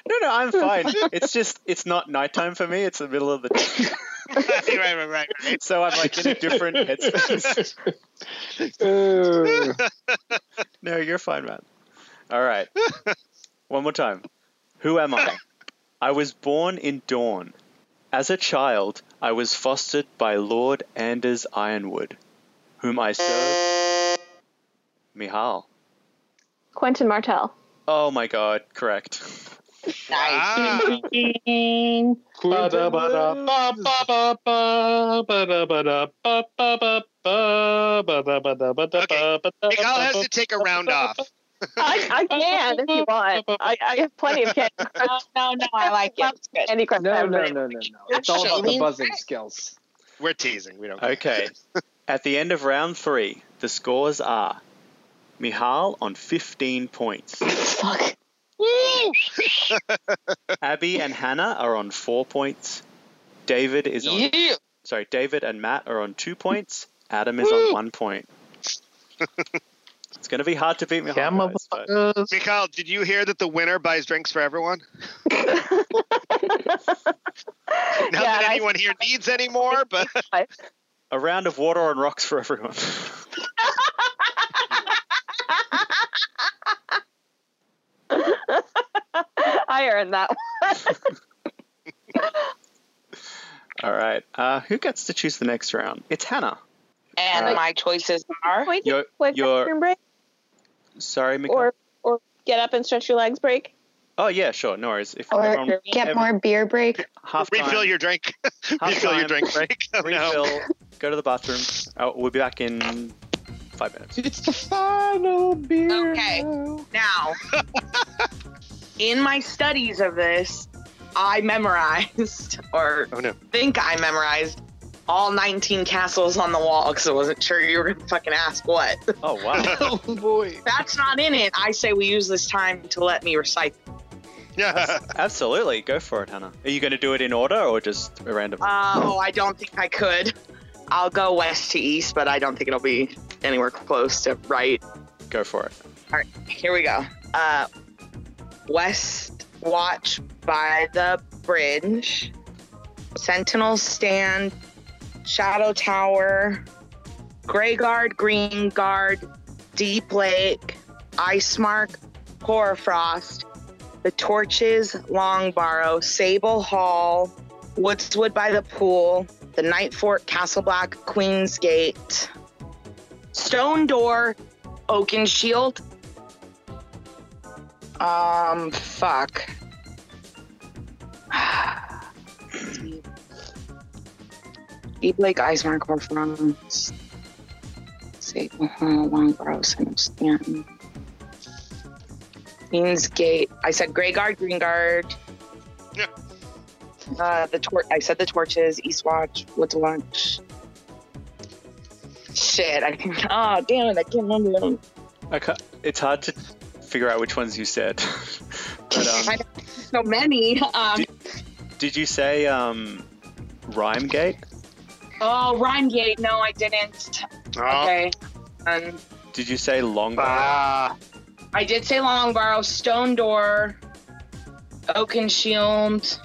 No, no, I'm fine. It's just it's not nighttime for me. It's the middle of the day,
right, right, right, right, right.
so I'm like in a different headspace.
Uh,
No, you're fine, man. All right. One more time. Who am I? I was born in Dawn. As a child, I was fostered by Lord Anders Ironwood, whom I serve. Mihal.
Quentin Martell.
Oh my god, correct.
Wow. Nicole has to take a round off.
I, I can if you want. I, I have plenty of candy crush.
no, no, I like it. It's good.
Candy crush
No, no, no,
memories.
no, no. It's all about the buzzing skills.
We're teasing. We don't. care.
Okay. At the end of round three, the scores are Mihal on 15 points,
Fuck.
Abby and Hannah are on four points, David is on
Yeah.
sorry, David and Matt are on two points, Adam is on one point. It's gonna be hard to beat Mihal.
Yeah,
guys, but
motherfuckers.
Mikhail, did you hear that the winner buys drinks for everyone? Not
Yeah,
that
and I-
anyone here needs any more, but
a round of water on rocks for everyone.
I earned that one.
All right. Uh, who gets to choose the next round? It's Hannah.
And
Uh,
my choices are
Can we
Your-
take quick
your-
bathroom break
Sorry, Mihal.
or or get up and stretch your legs break?
oh yeah, sure. No worries. If
Or
everyone-
get more beer break.
half time,
refill your drink.
half
refill your
time,
drink break. Oh, no.
refill, go to the bathroom. Oh, we'll be back in five minutes.
It's the final beer.
Okay. Now, in my studies of this, I memorized, or
Oh, no.
think I memorized, all 19 castles on the wall because I wasn't sure you were going to fucking ask what.
Oh wow.
oh boy.
That's not in it. I say we use this time to let me recite.
Yeah.
Absolutely, go for it, Hannah. Are you going to do it in order or just randomly?
Uh, oh, I don't think I could. I'll go west to east, but I don't think it'll be anywhere close to right.
go for it.
Here we go. Uh, West watch by the bridge. Sentinel stand. Shadow tower. Gray guard, green guard. Deep lake. Ice mark. Horror frost. The torches, Longbarrow, Sable Hall, Woodswood by the pool, the Night Fort, Castle Black, Queen's Gate, Stone Door, Oaken Shield, um, fuck. Deep Lake Icemark or from Sable Hall, Longborough, Son of Stanton. Queen's Gate. I said Grey Guard, Green Guard.
Yeah.
Uh, the tor- I said the torches, East Watch, Woods Watch. Shit, I can oh damn it, I can't remember them.
I ca- it's hard to figure out which ones you said. but
I
um,
know so many. Um,
did you say um, Rhyme Gate?
Oh, Rhyme Gate. No, I didn't.
Oh,
Okay. Um,
Did you say Long
ah.
I did say Longbarrow, Stone Door, Oaken Shield,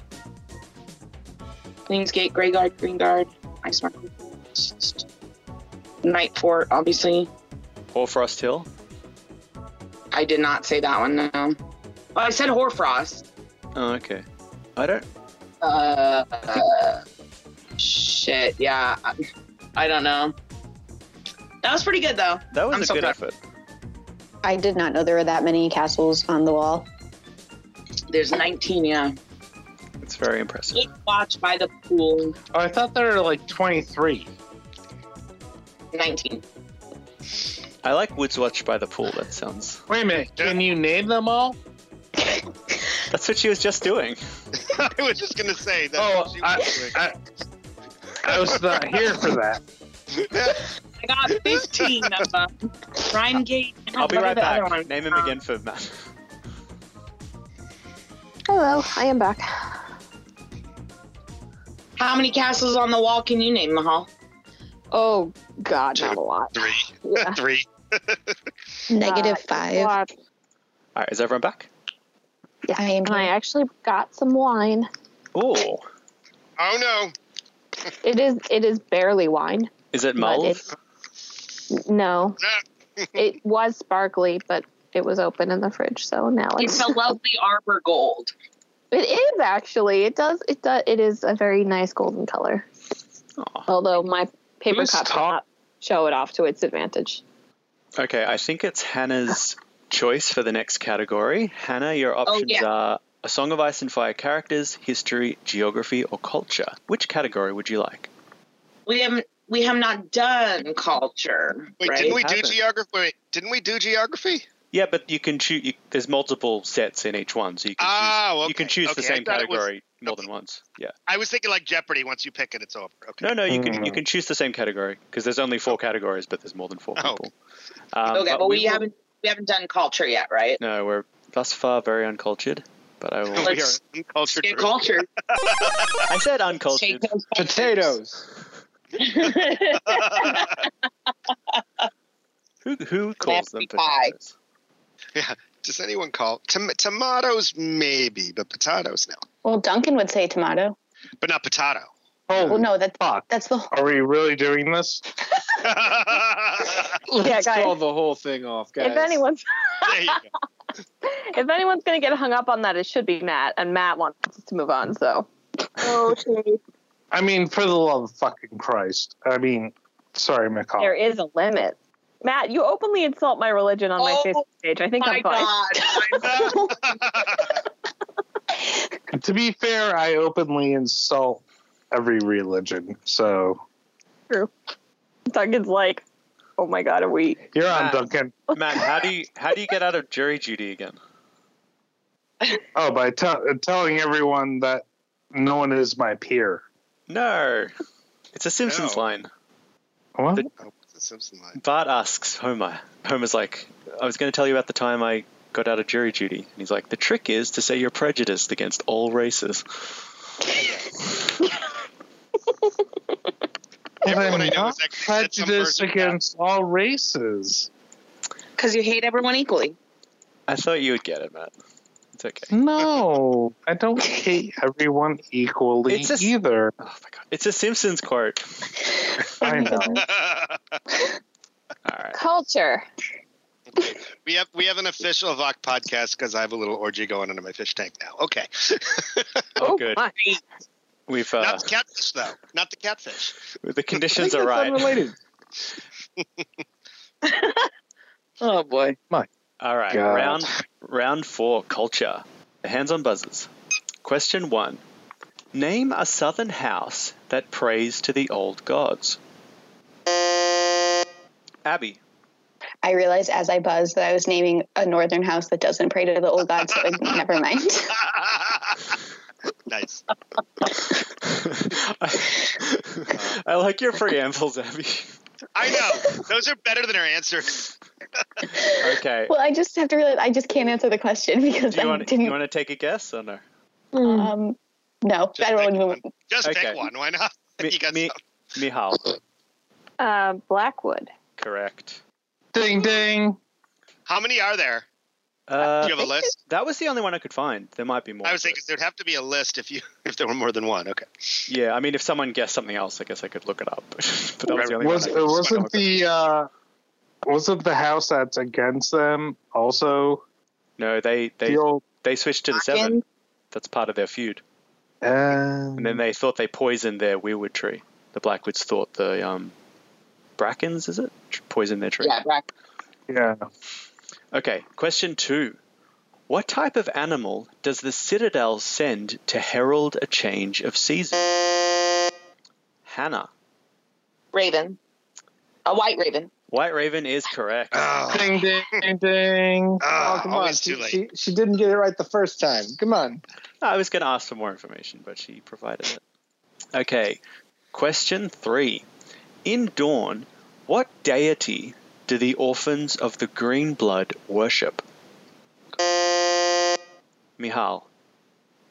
Queensgate, Grey Guard, Green Guard, Ice Mark, Night Fort, obviously.
or Frost Hill?
I did not say that one, no. Well, I said Horfrost.
Oh, okay. I don't.
Uh, uh, shit, yeah. I, I don't know. That was pretty good, though.
That was
I'm
a
so
good
glad.
effort.
I did not know there were that many castles on the wall.
There's 19, yeah.
It's very impressive.
Good watch by the pool,
Oh, I thought there were like 23.
19.
I like Woods Watch by the pool. That sounds.
Wait a minute. Can you name them all?
That's what she was just doing.
I was just gonna say that.
Oh, I, I was not here for that.
I got 15 of them. Rhyme Gate. and
I'll be
what are
right
the other
back.
ones?
Name him
Um,
again for Matt.
Hello, I am back.
How many castles on the wall can you name, Mahal?
Oh God, not a lot.
three,
Yeah.
three.
Negative
Uh,
five.
lot.
All right, is everyone back?
I am.
And I actually got some wine.
Oh,
Oh no.
It is it is barely wine.
is it
But
Mull?
it, no, it was sparkly, but it was open in the fridge, so now it's
It's a lovely Arbor Gold.
it is actually. It does it does it is a very nice golden color.
Aw.
Although my paper
Who's
cup
talk-
cannot show it off to its advantage.
Okay, I think it's Hannah's choice for the next category. Hannah, your options
Oh, yeah.
are a Song of Ice and Fire characters, history, geography, or culture. Which category would you like?
We haven't we have not done culture.
Wait,
right?
didn't we do
Happened.
geography? Wait, didn't we do geography?
Yeah, but you can choose. You, there's multiple sets in each one, so you can choose,
Oh, okay.
you can choose
okay.
the
I
same
thought it was-
category more than once. Yeah.
I was thinking like Jeopardy. Once you pick it, it's over. Okay.
No, no, you can you can choose the same category because there's only four categories, but there's more than four
Oh,
people. Um,
okay, but we,
will-
haven't we haven't done culture yet, right?
No, we're thus far very uncultured. But I will.
we are
Let's
uncultured.
Get
group.
culture.
I said
Take
uncultured.
those
Potatoes.
Who who calls them
Lefty pie.
potatoes?
Does anyone call tom- tomatoes? Maybe, but potatoes no.
Well, Duncan would say tomato.
But not potato.
Well,
Holy
no, that's
fuck.
that's the
Are we really doing this?
There
Yeah,
Let's
guys.
call the whole thing off, guys.
If anyone's
you go.
if anyone's gonna get hung up on that, it should be Matt, and Matt wants us to move on. So, oh, shade.
I mean, for the love of fucking Christ. I mean, sorry,
there
McCall.
is a limit. Matt, you openly insult my religion on my
Oh,
Facebook page. I think
my
I'm fine.
God.
To be fair, I openly insult every religion. So
Duncan's like, oh my God, are we?
you're on,
Matt.
Duncan.
Matt, how do you how do you get out of jury duty again?
Oh, by tell telling everyone that no one is my peer.
No, it's a Simpsons
No.
line.
What?
The-
Oh, it's a Simpson line.
Bart asks Homer. Homer's like, I was going to tell you about the time I got out of jury duty, and he's like, the trick is to say you're prejudiced against all races.
Everyone I
I'm
know
not
is actually said some
prejudiced
version of
against all races.
Because you hate everyone equally.
I thought you would get it, Matt. It's okay.
No, I don't hate everyone equally
It's a s-
either.
Oh my god, it's a Simpsons quote.
I know.
that.
All right.
Culture.
we have we have an official Vok podcast because I have a little orgy going on in my fish tank now. Okay,
Oh, good.
my.
We've uh,
not the catfish though. Not the catfish.
the
I think
conditions
that's
are right.
unrelated.
Oh boy.
All right,
God.
round round four, culture. Hands on buzzers. Question one: Name a southern house that prays to the old gods. Abby,
I realized as I buzzed that I was naming a northern house that doesn't pray to the old god, so it, never mind.
nice.
I, like your preambles, Abby.
I know those are better than our answers.
Okay,
Well, I just have to realize I just can't answer the question because
do you
I
want you
didn't.
want to take a guess or no?
Mm.
um, no,
Just
I don't
pick
even.
Just
Okay.
pick one. Why not?
Mi-
you got
mi-
some-
Mihal,
Uh, Blackwood.
correct.
Ding ding.
How many are there? Do
Uh,
you have a list?
that was the only one I could find. There might be more.
I was
but-
thinking there'd have to be a list if you if there were more than one. Okay.
Yeah, I mean, if someone guessed something else, I guess I could look it up. but that was the only
Was
one. I could
it
find.
wasn't the uh, wasn't the house that's against them also
No, they they
the old
they switched to the seven. That's part of their feud.
um,
And then they thought they poisoned their weirwood tree. The Blackwoods thought the um, Brackens, is it? Poisoned their tree.
Yeah, Brack.
yeah
Okay, question two. What type of animal does the citadel send to herald a change of season? Hannah.
Raven. A white raven.
White Raven is correct.
Oh,
ding ding ding ding.
Oh, come on.
Ah, always
She,
too late.
she, she didn't get it right the first time. Come on.
I was going to ask for more information, but she provided it. Okay, question three. In Dawn, what deity do the orphans of the Green Blood worship? Mihal,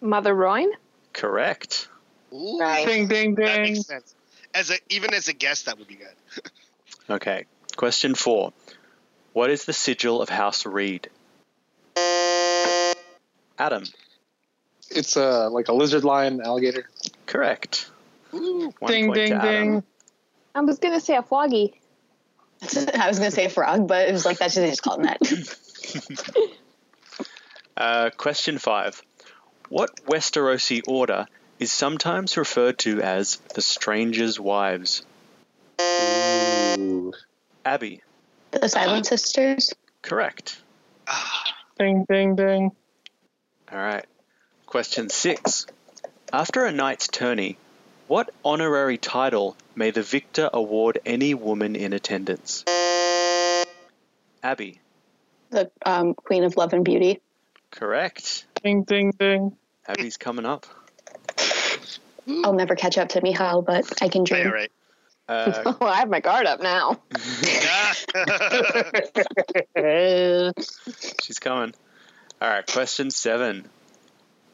Mother Royne.
correct.
Ooh,
Right.
Ding ding
That
ding.
makes sense. As a even as a guest, that would be good.
Okay, question four. What is the sigil of House Reed? Adam,
It's uh, like a lizard, lion, alligator.
correct.
Ooh,
One
Ding
point
ding
to Adam.
ding.
I was gonna say a floggy.
I was gonna say frog, but it was like that's just, they just called it that.
Uh, question five. What Westerosi order is sometimes referred to as the Strangers' Wives? Abby,
the Silent Sisters.
correct.
ah,
Ding ding ding.
All right. Question six. After a knight's tourney, what honorary title may the victor award any woman in attendance? Abby,
The um, Queen of Love and Beauty.
correct.
Ding, ding, ding.
Abby's coming up.
I'll never catch up to Mihal, but I can
Yeah,
dream.
right.
Uh,
Well, Oh, I have my guard up now.
Ah,
she's coming. All right, question seven.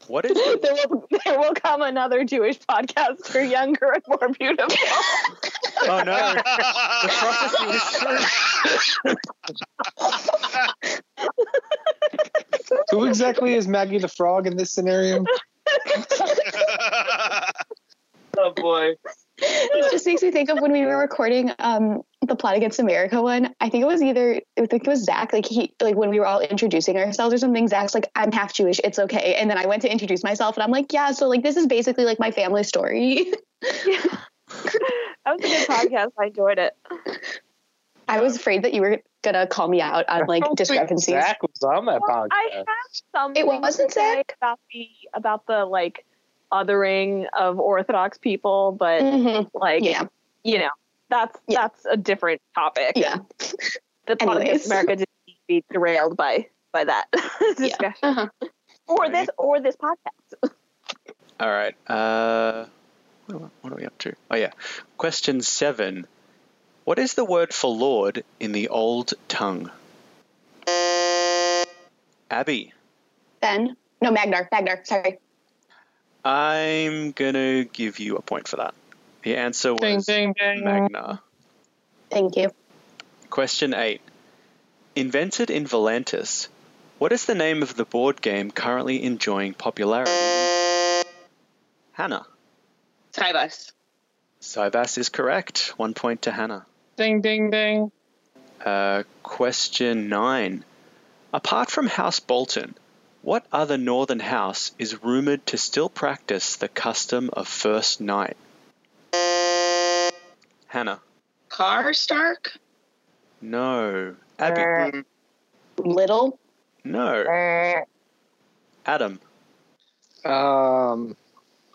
What is
there will there will come another Jewish podcaster, younger and more beautiful.
Oh no, the prophecy is true.
Who exactly is Maggie the Frog in this scenario?
Oh boy.
This just makes me think of when we were recording um, the Plot Against America one. I think it was either I think it was Zach. Like he like when we were all introducing ourselves or something. Zach's like, "I'm half Jewish. It's okay." And then I went to introduce myself, and I'm like, "Yeah, so like this is basically like my family story."
That was a good podcast. I enjoyed it.
I was afraid that you were gonna call me out on like discrepancies.
Zach was on that
Well, I
podcast.
have something
It wasn't
to say
Zach?
about the about the like othering of Orthodox people, but
hmm
like
Yeah,
you know, that's
Yeah.
that's a different topic.
yeah,
The plot
Anyways.
of Against America just needs to be derailed by by that discussion.
uh-huh.
Or this or this podcast.
All right. Uh, what are we- what are we up to? Oh yeah. Question seven. What is the word for Lord in the old tongue? Abby,
Then no, Magnar, Magnar. Sorry,
I'm gonna give you a point for that. The answer
Ding,
was
ding, ding.
Magna.
thank you.
Question eight. Invented in Volantis, what is the name of the board game currently enjoying popularity? Hannah.
Tybus.
Sybas is correct. One point to Hannah.
Ding, ding, ding.
Uh, question nine. Apart from House Bolton, what other northern house is rumored to still practice the custom of first night? Hannah.
Car Stark?
No. Abby.
Little
No. Adam.
Um,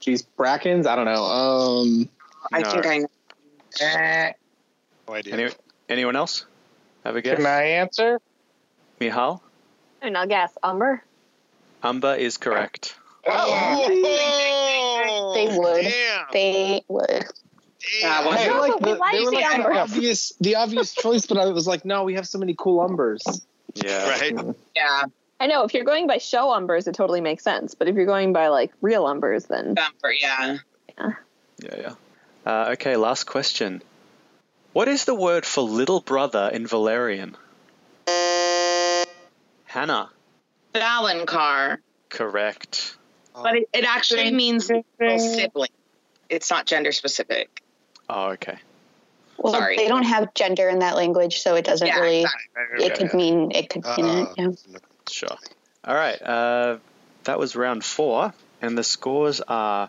geez, Brackens. I don't know. Um,
I
No.
think I know.
no idea.
Any, anyone else? Have a guess.
Can I answer?
Mihal.
And I'll guess Umber.
Umber is correct.
Oh,
They would.
Damn.
they would.
damn.
That was-
they were
we like
they were
the
like
Umbra.
obvious, the obvious choice, but I was like, no, we have so many cool umbers.
Yeah.
Right.
Yeah,
I know if you're going by show umbers, it totally makes sense. But if you're going by like real umbers, then
Bumper, yeah.
Yeah, yeah. Uh, okay, last question. What is the word for little brother in Valerian? Hannah.
Valencar.
Correct.
But it, it actually means
Ding,
little
ding.
sibling. It's not gender specific.
Oh, okay.
Well,
Sorry.
they don't have gender in that language, so it doesn't
Yeah,
really.
Right.
It could mean it could mean it.
Uh-uh.
Yeah.
Sure. All right. Uh, that was round four, and the scores are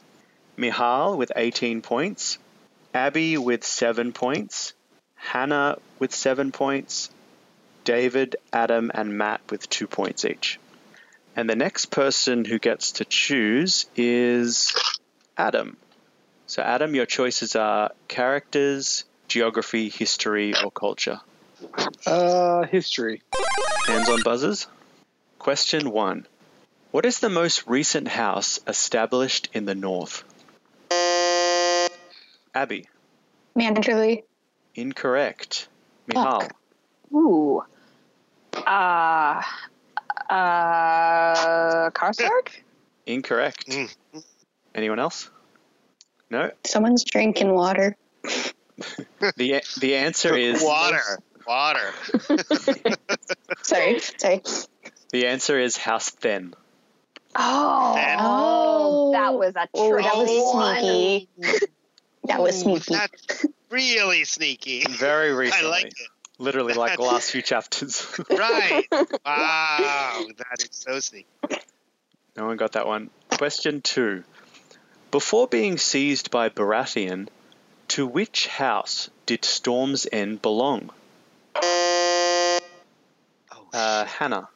Mihal with 18 points, Abby with 7 points, Hannah with 7 points, David, Adam, and Matt with 2 points each. And the next person who gets to choose is Adam. So, Adam, your choices are characters, geography, history, or culture.
Uh, history.
Hands on buzzers. Question one What is the most recent house established in the north? Abby.
Manderly.
Incorrect. Mihal.
ooh, uh, uh, Karstark.
Incorrect.
Mm.
Anyone else? No.
Someone's drinking water.
The the answer is
water. Water.
Sorry, sorry.
The answer is House Then.
Oh,
That-
Oh.
that was a
Oh,
trick.
that was sneaky. That was sneaky.
That's really sneaky.
Very recently.
I like it.
Literally like the last few chapters.
Right. Wow. That is so sneaky.
No one got that one. Question two. Before being seized by Baratheon, to which house did Storm's End belong?
Oh,
Uh, Hannah.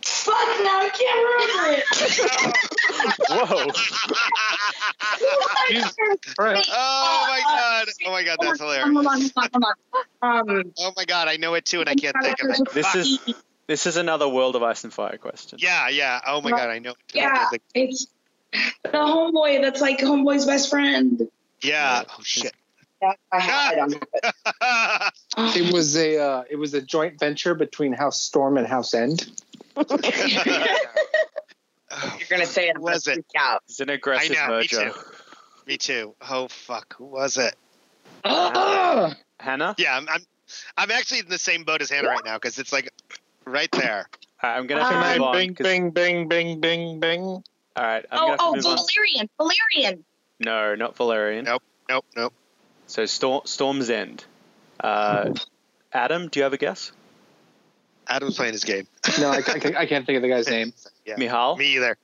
Fuck no, I can't remember it.
Whoa.
Jesus Christ.
Oh my god! Oh my god, that's hilarious.
Hold on, hold on, hold on. Um,
Oh my god, I know it too, and I can't think of it.
This is this is another World of Ice and Fire question.
Yeah, yeah. Oh my god, I know. It too.
Yeah.
Like,
it's the homeboy that's like homeboy's best friend.
yeah. Oh shit.
Yeah, I, have, I don't have it.
It was a uh, it was a joint venture between House Storm and House End.
Ah!
You're gonna say it.
Who was it?
Out.
It's an aggressive
I know, me
merger.
Me too. Oh fuck, who was it?
Hannah,
Yeah, I'm. I'm, I'm actually in the same boat as Hannah right now because it's like right there.
Uh, I'm gonna have to
Uh,
move on.
Bing,
'cause-
bing, bing, bing, bing, bing.
All right,
oh,
I'm gonna have
oh,
to move on.
Valerian, Valerian.
No, not Valerian.
Nope. Nope, nope.
So Storm, Storm's End. Uh, Adam, do you have a guess?
Adam's playing his game.
No, I, I, can't- I can't think of the guy's name.
Yeah.
Mihal,
Me either.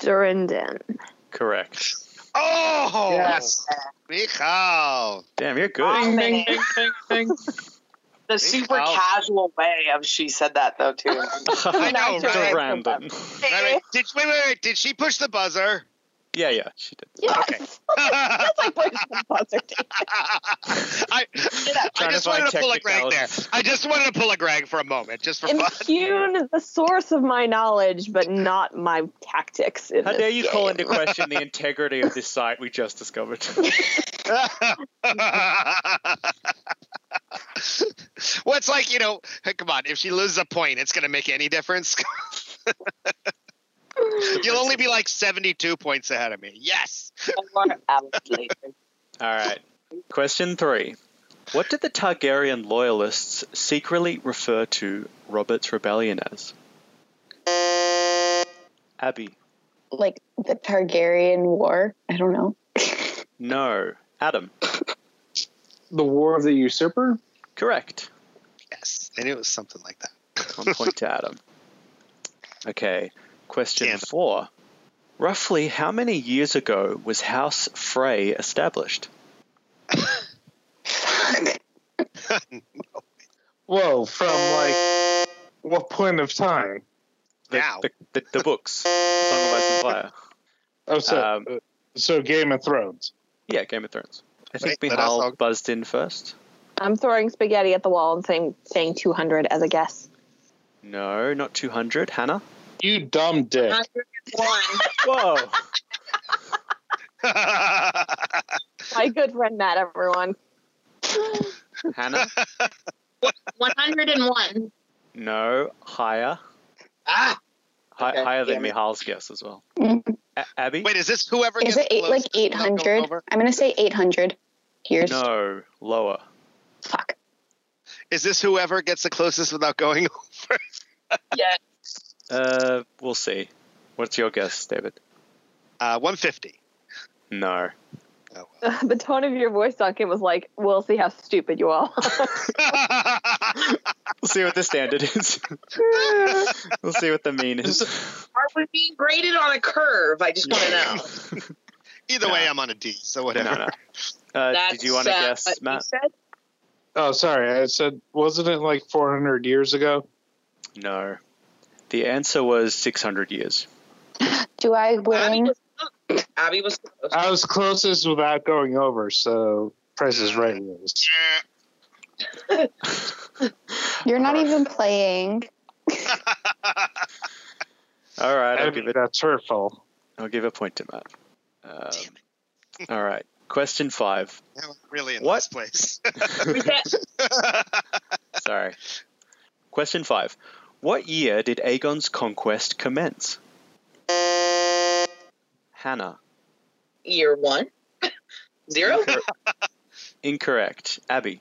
Durandon.
correct.
Oh
Yes.
Michal.
Damn, you're good.
Bing, bing, bing, bing, bing.
The super
Wow.
casual way of she said that though too.
I know,
Just
right?
random.
Right, right. Did, wait, wait, wait. Did she push the buzzer?
Yeah, yeah, she did.
Yes.
I,
like where's the buzzer?
I
Trying to
just wanted
find
to pull a Greg there.
technicalities.
I just wanted to pull a Greg for a moment, just for fun.
Impugn the source of my knowledge, but not my tactics. In
How
this
dare you call
game.
into question the integrity of this site we just discovered?
well, it's like you know, hey, come on. If she loses a point, it's gonna make any difference. You'll only be like seventy-two points ahead of me. Yes.
All right. Question three. What did the Targaryen loyalists secretly refer to Robert's rebellion as? Abby.
like the Targaryen War. I don't know.
No. Adam.
The War of the Usurper.
Correct.
Yes. I knew it was something like that.
One point to Adam. Okay. Question
Damn.
four. Roughly how many years ago was House Frey established?
Whoa, from like what point of time?
The,
Now.
the, the, the books. Song of Ice and Fire.
Oh, so
Um,
uh, so Game of Thrones.
Yeah, Game of Thrones. I think
Wait, let us
Mihal
all-
buzzed in first.
I'm throwing spaghetti at the wall and saying saying 200 as a guess.
No, not 200. Hannah?
You dumb dick.
Whoa.
My good friend Matt, everyone.
Hannah?
101.
No, higher.
ah,
Hi-
Okay,
higher than
damn it.
Mihal's guess as well.
Mm.
A- Abby?
Wait, is this whoever
Is it
gets
eight,
close
like
to
eight
going
hundred?
over?
I'm gonna say eight hundred years.
No, lower.
Fuck.
Is this whoever gets the closest without going?
Uh, we'll see. What's your guess, David?
Uh, one fifty.
No.
Oh,
the tone of your voice, Duncan, was like, "We'll see how stupid you all." are."
well.
We'll see what the standard is. we'll see what the mean is.
are we being graded on a curve? I just want to know.
Either way, I'm on a D, so whatever.
No, no. Uh, did you want to
uh,
guess,
what you
Matt?
said?
Oh, sorry. I said, wasn't it like 400 years ago?
No. The answer was 600 years.
Do I
Abby
win?
was, Abby was close.
Oh.
I was closest without going over, so Price is Right rules.
You're not even playing.
All right, I'll
I
give
mean,
it.
that's hurtful.
I'll give a point to Matt. Um, all right. Question five.
Now I'm really in
What?
this place.
We said-
Sorry. Question five. What year did Aegon's conquest commence? Hannah.
year one. Zero? Fuck.
Incorrect. Abby.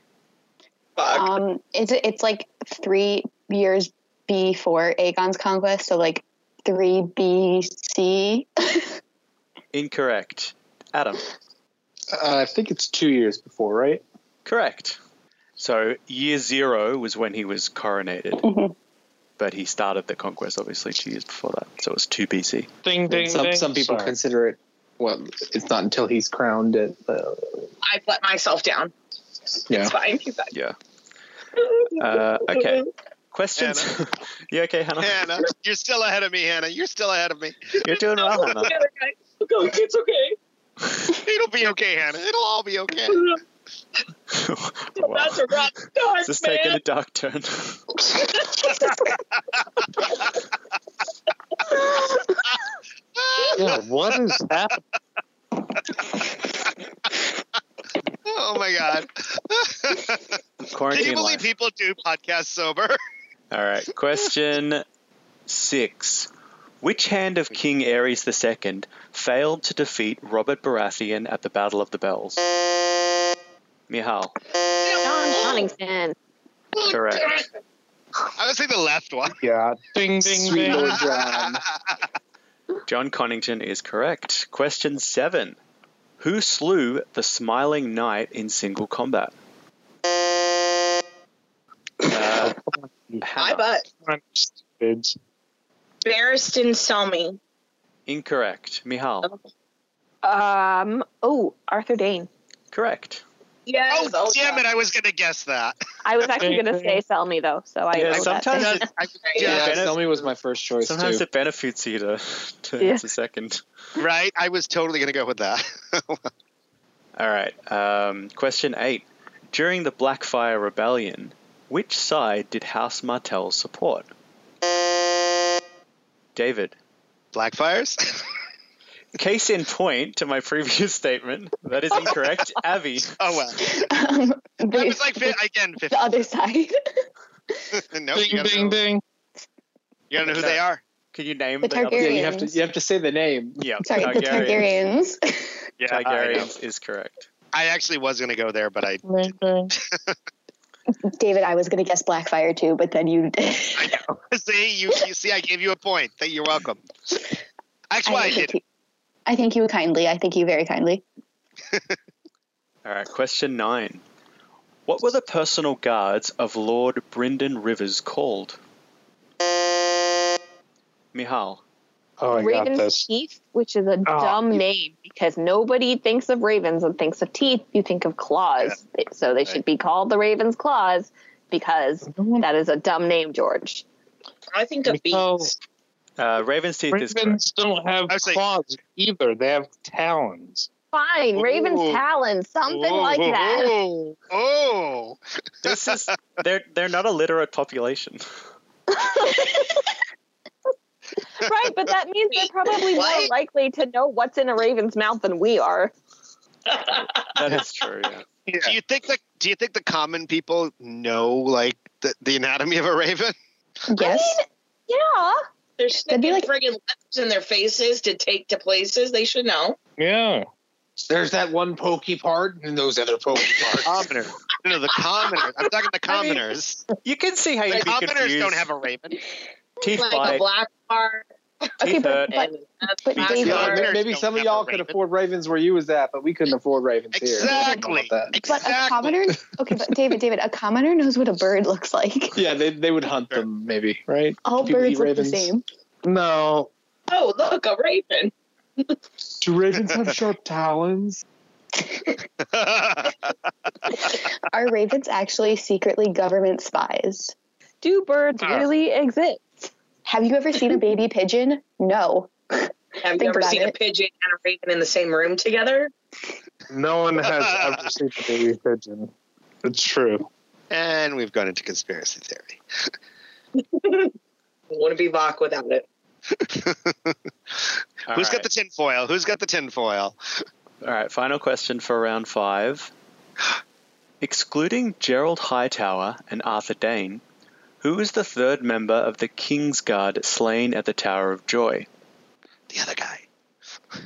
Um, it's it's like three years before Aegon's conquest, so like three BC.
Incorrect. Adam.
Uh, I think it's two years before, right?
Correct. So year zero was when he was coronated,
Mhm.
but he started the conquest obviously two years before that. So it was 2 BC.
Ding, ding,
Some
ding.
some people
Sorry.
consider it. Well, it's not until he's crowned at. Uh,
I've let myself down.
yeah.
It's fine. You guys-
Yeah. Uh, okay. Questions? you okay, Hannah?
Hannah, you're still ahead of me, Hannah. You're still ahead of me.
You're doing well, Hannah.
Together, guys. Go, it's okay.
It'll be okay, Hannah. It'll all be okay.
Wow.
That's a rough start,
This is
man.
taking a dark turn.
Ah,
Yeah, what is happening?
oh my god. Can
Quarantine
you believe
life.
people do podcasts sober?
All right. Question six. Which hand of King Ares II failed to defeat Robert Baratheon at the Battle of the Bells? Mihal.
John Donington.
Correct.
I would say the left one.
Yeah,
Ding, ding,
sweet
ding.
Lord John.
John Connington is correct. Question seven. Who slew the smiling knight in single combat? Uh,
My
Hannah.
butt.
I'm stupid.
Barristan Selmy.
Incorrect.
Oh.
Mihal.
Um. Oh, Arthur Dane.
Correct.
Yes.
oh, damn it! I was gonna guess that.
I was actually gonna say sell me though, so I
Yeah,
owe that
sometimes
to-
it-
I-
Yeah,
Bennett-
Selmy was my first choice
Sometimes
too.
it benefits you to, to
Yeah.
answer second.
right? I was totally gonna go with that.
All right. Um, question eight. During the Blackfire Rebellion, which side did House Martell support? David.
Blackfires.
Case in point to my previous statement. That is incorrect. Abby.
Oh well.
Um,
That
the,
was like fi- again
the
fifty.
other side,
no, you
Ding,
gotta,
ding,
know.
ding.
you gotta know who they are.
Can you name
the
yeah,
other?
Targaryens.
you have to you have to say the name.
Yeah.
Sorry, the
Targaryen.
Targaryens.
Yeah,
Targaryens is correct.
I actually was gonna go there, but I
Ding, ding.
David, I was gonna guess Blackfire too, but then you.
I know. see you, you. See, I gave you a point. That you're welcome. That's why I,
I
did.
thank
it.
you- I thank you kindly. I thank you very kindly.
All right. Question nine. What were the personal guards of Lord Brynden Rivers called? Mihal.
Oh, I got
Raven's
this.
Teeth, which
Oh,
is a dumb name because nobody thinks of ravens and thinks of teeth. You think of claws. So they should be called the Raven's Claws because that is a dumb name, George.
I think a
Nicole.
beast.
Uh, Raven's teeth is correct.
Ravens don't have
I was like-
claws either. They have talons.
Fine, Raven's
Ooh.
Talons, something like
Ooh,
that.
ooh, Oh,
this is they're they're not a literate population.
right, but that means they're probably more
What?
likely to know what's in a raven's mouth than we are.
That is true. Yeah.
do you think that? Do you think the common people know like the, the anatomy of a raven?
Yes.
Yeah.
They're
That'd
sticking
be like-
friggin' letters in their faces to take to places. They should know.
Yeah.
There's that one pokey part and those other pokey parts.
Commoners. No, no, the commoners. I'm talking the commoners.
You can see how
The
you'd be
commoners
confused.
don't have a raven.
teeth
like a
bite,
black bar.
Okay,
teeth hurt.
but, but
and
but
black
David-
yeah,
bar.
may- maybe
Don't
some of
have
y'all
a
could
raven.
afford ravens where you was at, but we couldn't afford ravens
Exactly.
here. I don't know about that.
but a
Exactly.
commoner. Okay, but David, David, a commoner knows what a bird looks like.
Yeah, they, they would hunt them maybe, right?
All
People
birds
eat
look the
ravens.
same.
No.
Oh, look, a raven.
Do ravens have sharp talons?
Are ravens actually secretly government spies?
Do birds
Ah.
really exist?
Have you ever seen a baby pigeon? No.
Have you
Think
ever
about
seen a
it.
pigeon and a raven in the same room together?
No one has ever seen a baby pigeon. It's true.
and we've gone into conspiracy theory.
Wouldn't be Bach without it.
All
Who's
right.
got the tinfoil? Who's got the tinfoil?
All right. Final question for round five. Excluding Gerald Hightower and Arthur Dane, who is the third member of the Kingsguard slain at the Tower of Joy?
The other guy.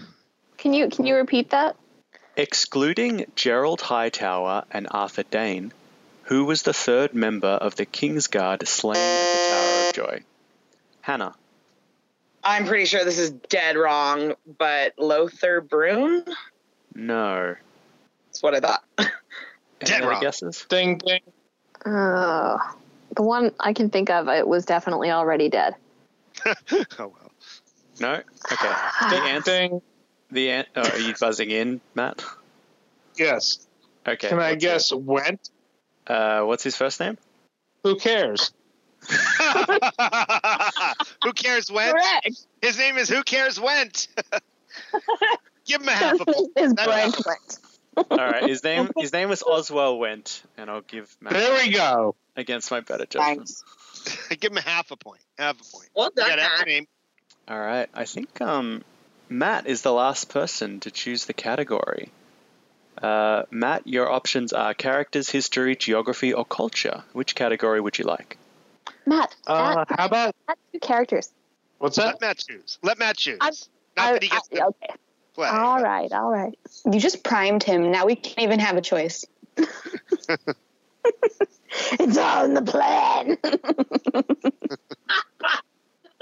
Can you can you repeat that?
Excluding Gerald Hightower and Arthur Dane, who was the third member of the Kingsguard slain at the Tower of Joy? Hannah.
I'm pretty sure this is dead wrong, but Lothar Broom?
No.
That's what I thought.
Any
Dead
other
wrong.
guesses?
Ding ding.
Oh, the one I can think of, it was definitely already dead.
Oh well.
No. Okay. The answer.
Ding.
The an- oh, are you buzzing in, Matt?
Yes.
Okay.
Can I
what's
guess went?
his- uh, what's his first name?
Who cares?
Who cares when?
Correct.
His name is Who Cares Went. Give him a half a point.
Is
That
Brent
helps.
Brent.
All right, his name his name was Oswell Went, and I'll give Matt
There we go.
against my better judgment.
Thanks.
Give him a half a point. Half a point.
Well
You
done,
got half a
Matt.
name.
All right, I think um, Matt is the last person to choose the category. Uh, Matt, your options are characters, history, geography, or culture. Which category would you like?
Matt,
Uh,
Matt,
how about
Matt, two characters.
what's that?
Let Matt choose. Let Matt choose.
I'm-
Not
I-
that he gets
I-
to
okay.
play.
All right, all right.
You just primed him. Now we can't even have a choice.
It's all in the plan.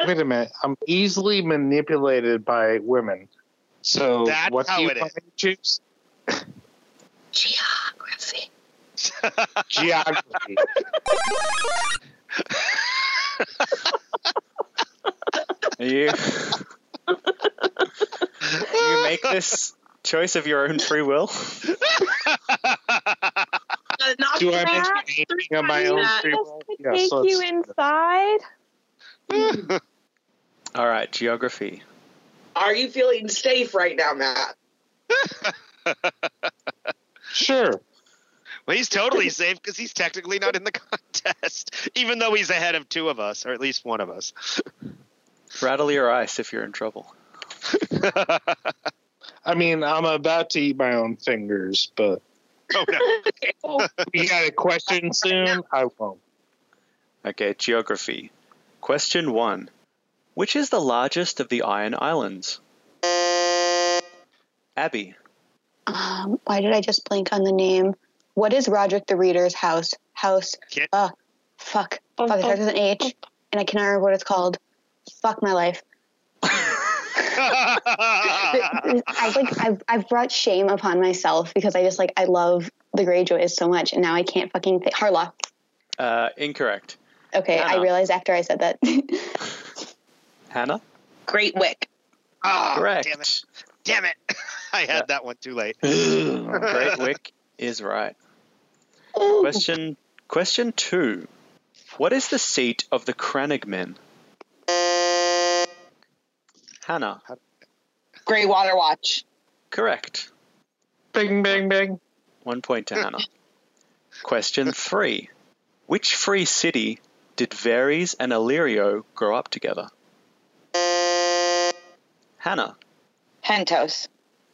Wait a minute. I'm easily manipulated by women. So
That's
what
how
do you
it
want me to choose?
Geography.
Geography.
You, you make this choice of your own free will.
Uh, not
do I
Matt.
mention
Three
anything on my
times
own
Matt.
free will? Yes.
Take you
let's-
inside.
All right, geography.
Are you feeling safe right now, Matt?
Sure.
Well, he's totally safe because he's technically not in the contest, even though he's ahead of two of us, or at least one of us.
Rattle your ice if you're in trouble.
I mean, I'm about to eat my own fingers, but
Oh no!
you got a question soon? I won't.
Okay, geography. Question one Which is the largest of the Iron Islands? Abby.
Um, why did I just blank on the name? What is Roderick the Reader's house? House.
Kit?
Uh, fuck. Fuck, it starts with an H, and I cannot remember what it's called. Fuck my life. I've like I've, I've brought shame upon myself because I just like I love the Greyjoys so much, and now I can't fucking think. Harlock.
Uh, incorrect.
Okay, I
Hannah.
realized after I said that.
Hannah?
Great Wick.
Ah,
Correct.
Damn it! Damn it! I had that one too late.
Great Wick is right.
Oh.
Question question two. What is the seat of the Crannog men? Hannah.
Grey Water Watch.
Correct.
Bing, bing, bing.
One point to Hannah. Question three. Which free city did Varys and Illyrio grow up together? Hannah.
Pentos.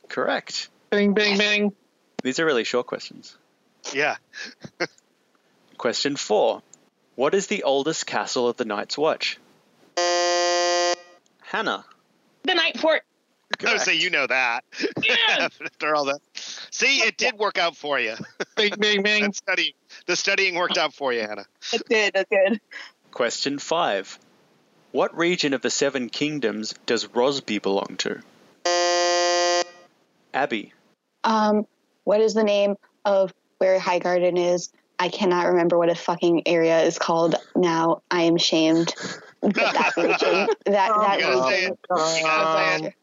Correct.
Bing, bing, bing.
These are really short questions.
Yeah.
Question four. What is the oldest castle of the Night's Watch? Hannah.
The Night Fort.
I would say you know that. After all that. See, it did work out for you.
Bing, bing, bing.
That study, the studying worked out for you, Hannah.
That's good. That's good.
Question five. What region of the Seven Kingdoms does Rosby belong to? Abby.
um, what is the name of where High Garden is? I cannot remember what a fucking area is called now. I am shamed. But that region, that that
You gotta say
region.
it. You gotta say it.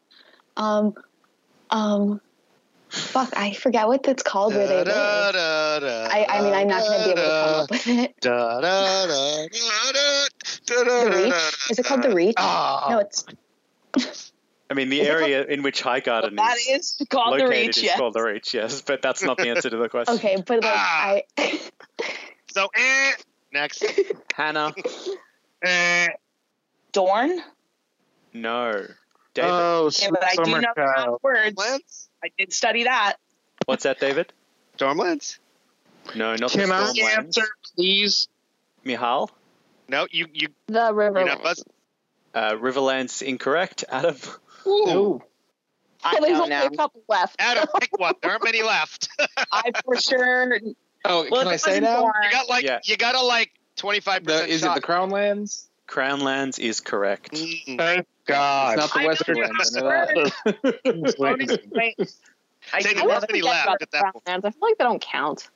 Um, um, fuck, I forget what it's called where they live. I, I mean, I'm not going to be able to come up with it. The Reach? Is it called The Reach?
Ah.
No, it's
I mean, the
Is it called-
area in which Highgarden
That
is,
is called
located
the reach.
is
Yeah.
called the Reach, yes, but that's not the answer to the question.
okay, but like
Ah.
I
So, eh, next.
Hannah.
Uh,
Eh,
Dorn.
No. David.
Uh,
oh,
Okay,
sweet
but I do
summer
know the
child.
words.
Stormlands?
I did study that.
What's that, David?
Stormlands?
No, not
Can
the
I
Stormlands.
answer, please?
Mihal.
No, you, you,
The river.
you're not buzzing.
Uh, Riverlands incorrect. Adam.
Oh.
Ooh.
I
There's
know
only
now.
a couple left.
Adam, pick one. There aren't many left.
I for sure.
Oh,
Well,
can I
it
say
wasn't
now?
Dorn.
You got like,
Yeah.
you got to like 25%
The, is
shot.
it the Crownlands?
Crownlands is correct.
Mm.
Thank
It's
God.
not the
I know
Westlands. I know
word.
that.
Wait,
I
Say the
do love
word. Nobody
forget
laughed
about
at
the
that point.
Brownlands. I feel like they don't count.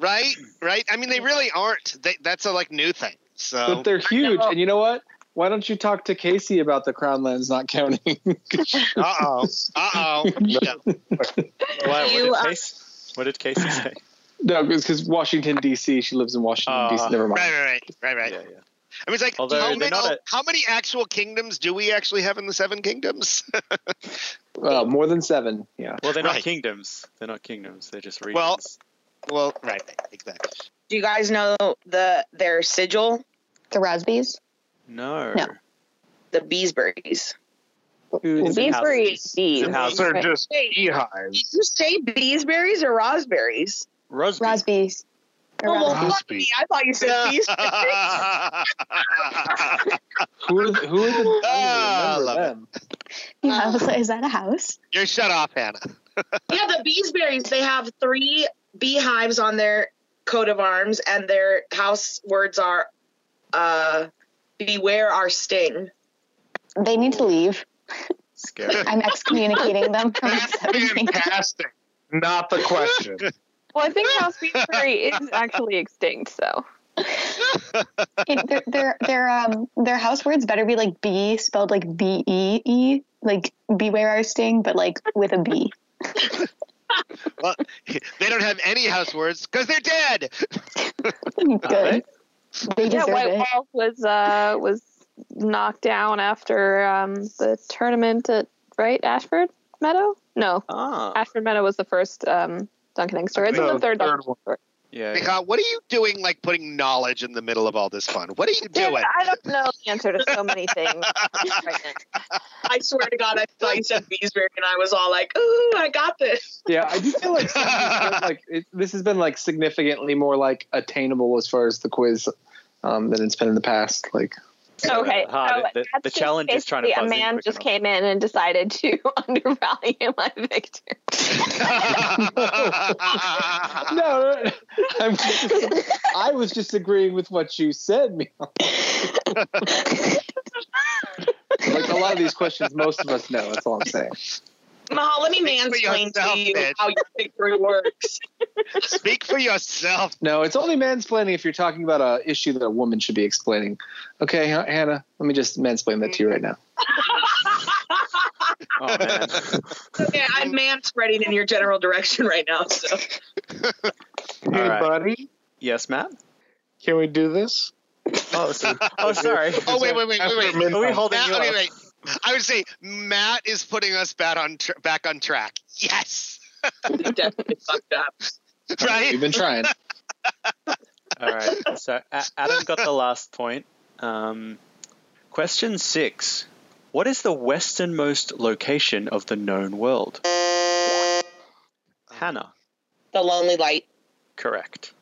Right? Right? I mean, they really aren't. They, that's a like new thing. So,
But they're huge,
know.
and you know what? Why don't you talk to Casey about the Crownlands not counting?
uh oh. Uh oh.
Why, what,
You,
did
uh,
Casey, what did Casey say?
no, because Washington D.C. She lives in Washington
Uh,
D.C. Never mind.
Right, right, right. Right, right.
Yeah, yeah.
I mean, it's like
Although
how,
they're
many,
not a-
how many actual kingdoms do we actually have in the Seven Kingdoms?
Uh, more than seven. Yeah.
Well, they're not
Right.
kingdoms. They're not kingdoms. They're just regions.
Well- well, right, exactly.
Do you guys know the their sigil?
The Rosbys.
no.
No.
The Beesburys.
It's in
These were
houses. It's in
bees.
houses.
Those are just beehives.
Did you say Beesburys or Raspberries?
Rosby.
Rosbys. Or
Oh, well,
Rosbys.
fuck me. I thought you said Beesburys.
Who are the, who are the,
Ah,
I don't even
love
remember them?
Yeah, I was like, is that a house?
you shut off, Hannah.
Yeah, the Beesberries, they have three beehives on their coat of arms, and their house words are uh, beware our sting.
They need to leave.
Scary.
I'm excommunicating them from my seven kingdoms.
Fantastic. Not the question.
Well, I think House Beesbury is actually extinct, so.
It- their, their their um their house words better be like B spelled like B E E like beware our sting but like with a B.
Well, they don't have any house words because they're dead.
Good. They
Yeah,
deserve
White
it.
Wall was uh was knocked down after um the tournament at right Ashford Meadow. No,
ah.
Ashford Meadow was the first um Duncan Egg store. It's
No,
the third,
third
Duncan
one.
store.
Yeah. yeah.
Mikha, uh, what are you doing? Like putting knowledge in the middle of all this fun? What are you
Dude,
doing?
I don't know the answer to so many things. right now.
I swear to God, I thought you said Beesberry, and I was all like, ooh, I got this.
Yeah, I do feel like, some of these are, like it, this has been like significantly more like attainable as far as the quiz um, than it's been in the past. Like
Okay,
Uh, hard.
so
The- the
that's
challenge is trying to
basically
buzz
A
in
man
quick
just
enough.
came in and decided to undervalue my victor.
no, no, no. I'm, I was just agreeing with what you said, Mia. like a lot of these questions, most of us know. That's all I'm saying.
Mahal, let me
Speak for
mansplain
yourself,
to you
bitch.
how your victory works.
Speak for yourself.
No, it's only mansplaining if you're talking about a issue that a woman should be explaining. Okay, Han- Hannah, let me just mansplain that to you right now.
Oh man.
okay, I'm manspreading in your general direction right now, so.
Hey,
right.
buddy,
yes, Matt.
can we do this?
Oh, so- oh, sorry.
Oh wait, wait, wait, wait, wait.
Are we holding
Matt,
you
okay,
up?
wait. I would say Matt is putting us back on tr- back on track. Yes,
You definitely fucked up.
right.
You've been trying.
All right. So A- Adam got the last point. Um, question six. What is the westernmost location of the known world? Hannah.
the Lonely Light.
Correct.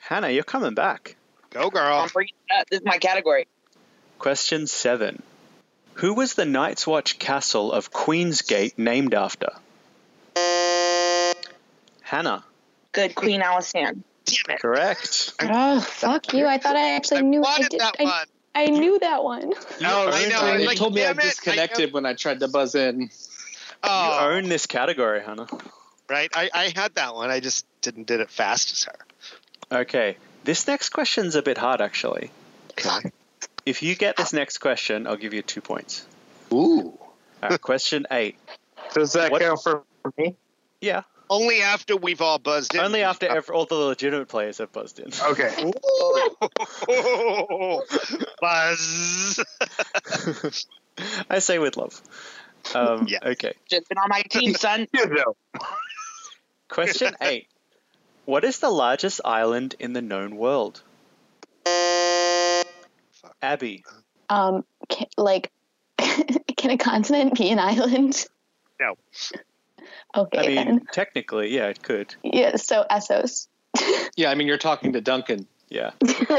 Hannah, you're coming back.
Go,
I'm
girl.
bringing it up. This is my category.
Question seven. Who was the Night's Watch castle of Queensgate named after? Hannah.
Good Queen Alisand.
Damn it.
Correct.
Oh fuck you! I thought I actually
I
knew. I,
wanted
did,
that
I,
one.
I knew that one.
No, Oh, I know.
Sorry,
I was
you
like,
told me I
damn it, I know.
disconnected when I tried to buzz in.
Oh,
You own this category, Hannah.
right. I, I had that one. I just didn't did it fast as her.
Okay. This next question's a bit hard, actually. If you get this next question, I'll give you two points.
Ooh.
All right, question eight.
Does that
What-
count for me?
Yeah,
Only after we've all buzzed in.
only after ev- all the legitimate players have buzzed in.
Okay.
Ooh. Buzz.
I say with love. Um,
Yes.
Okay,
Just been on my team, son.
You know.
question eight. What is the largest island in the known world? Abby.
Um, can, like, can a continent be an island?
No.
Okay
I mean,
then.
technically, yeah, it could.
Yeah. So Essos.
Yeah, I mean, you're talking to Duncan.
Yeah.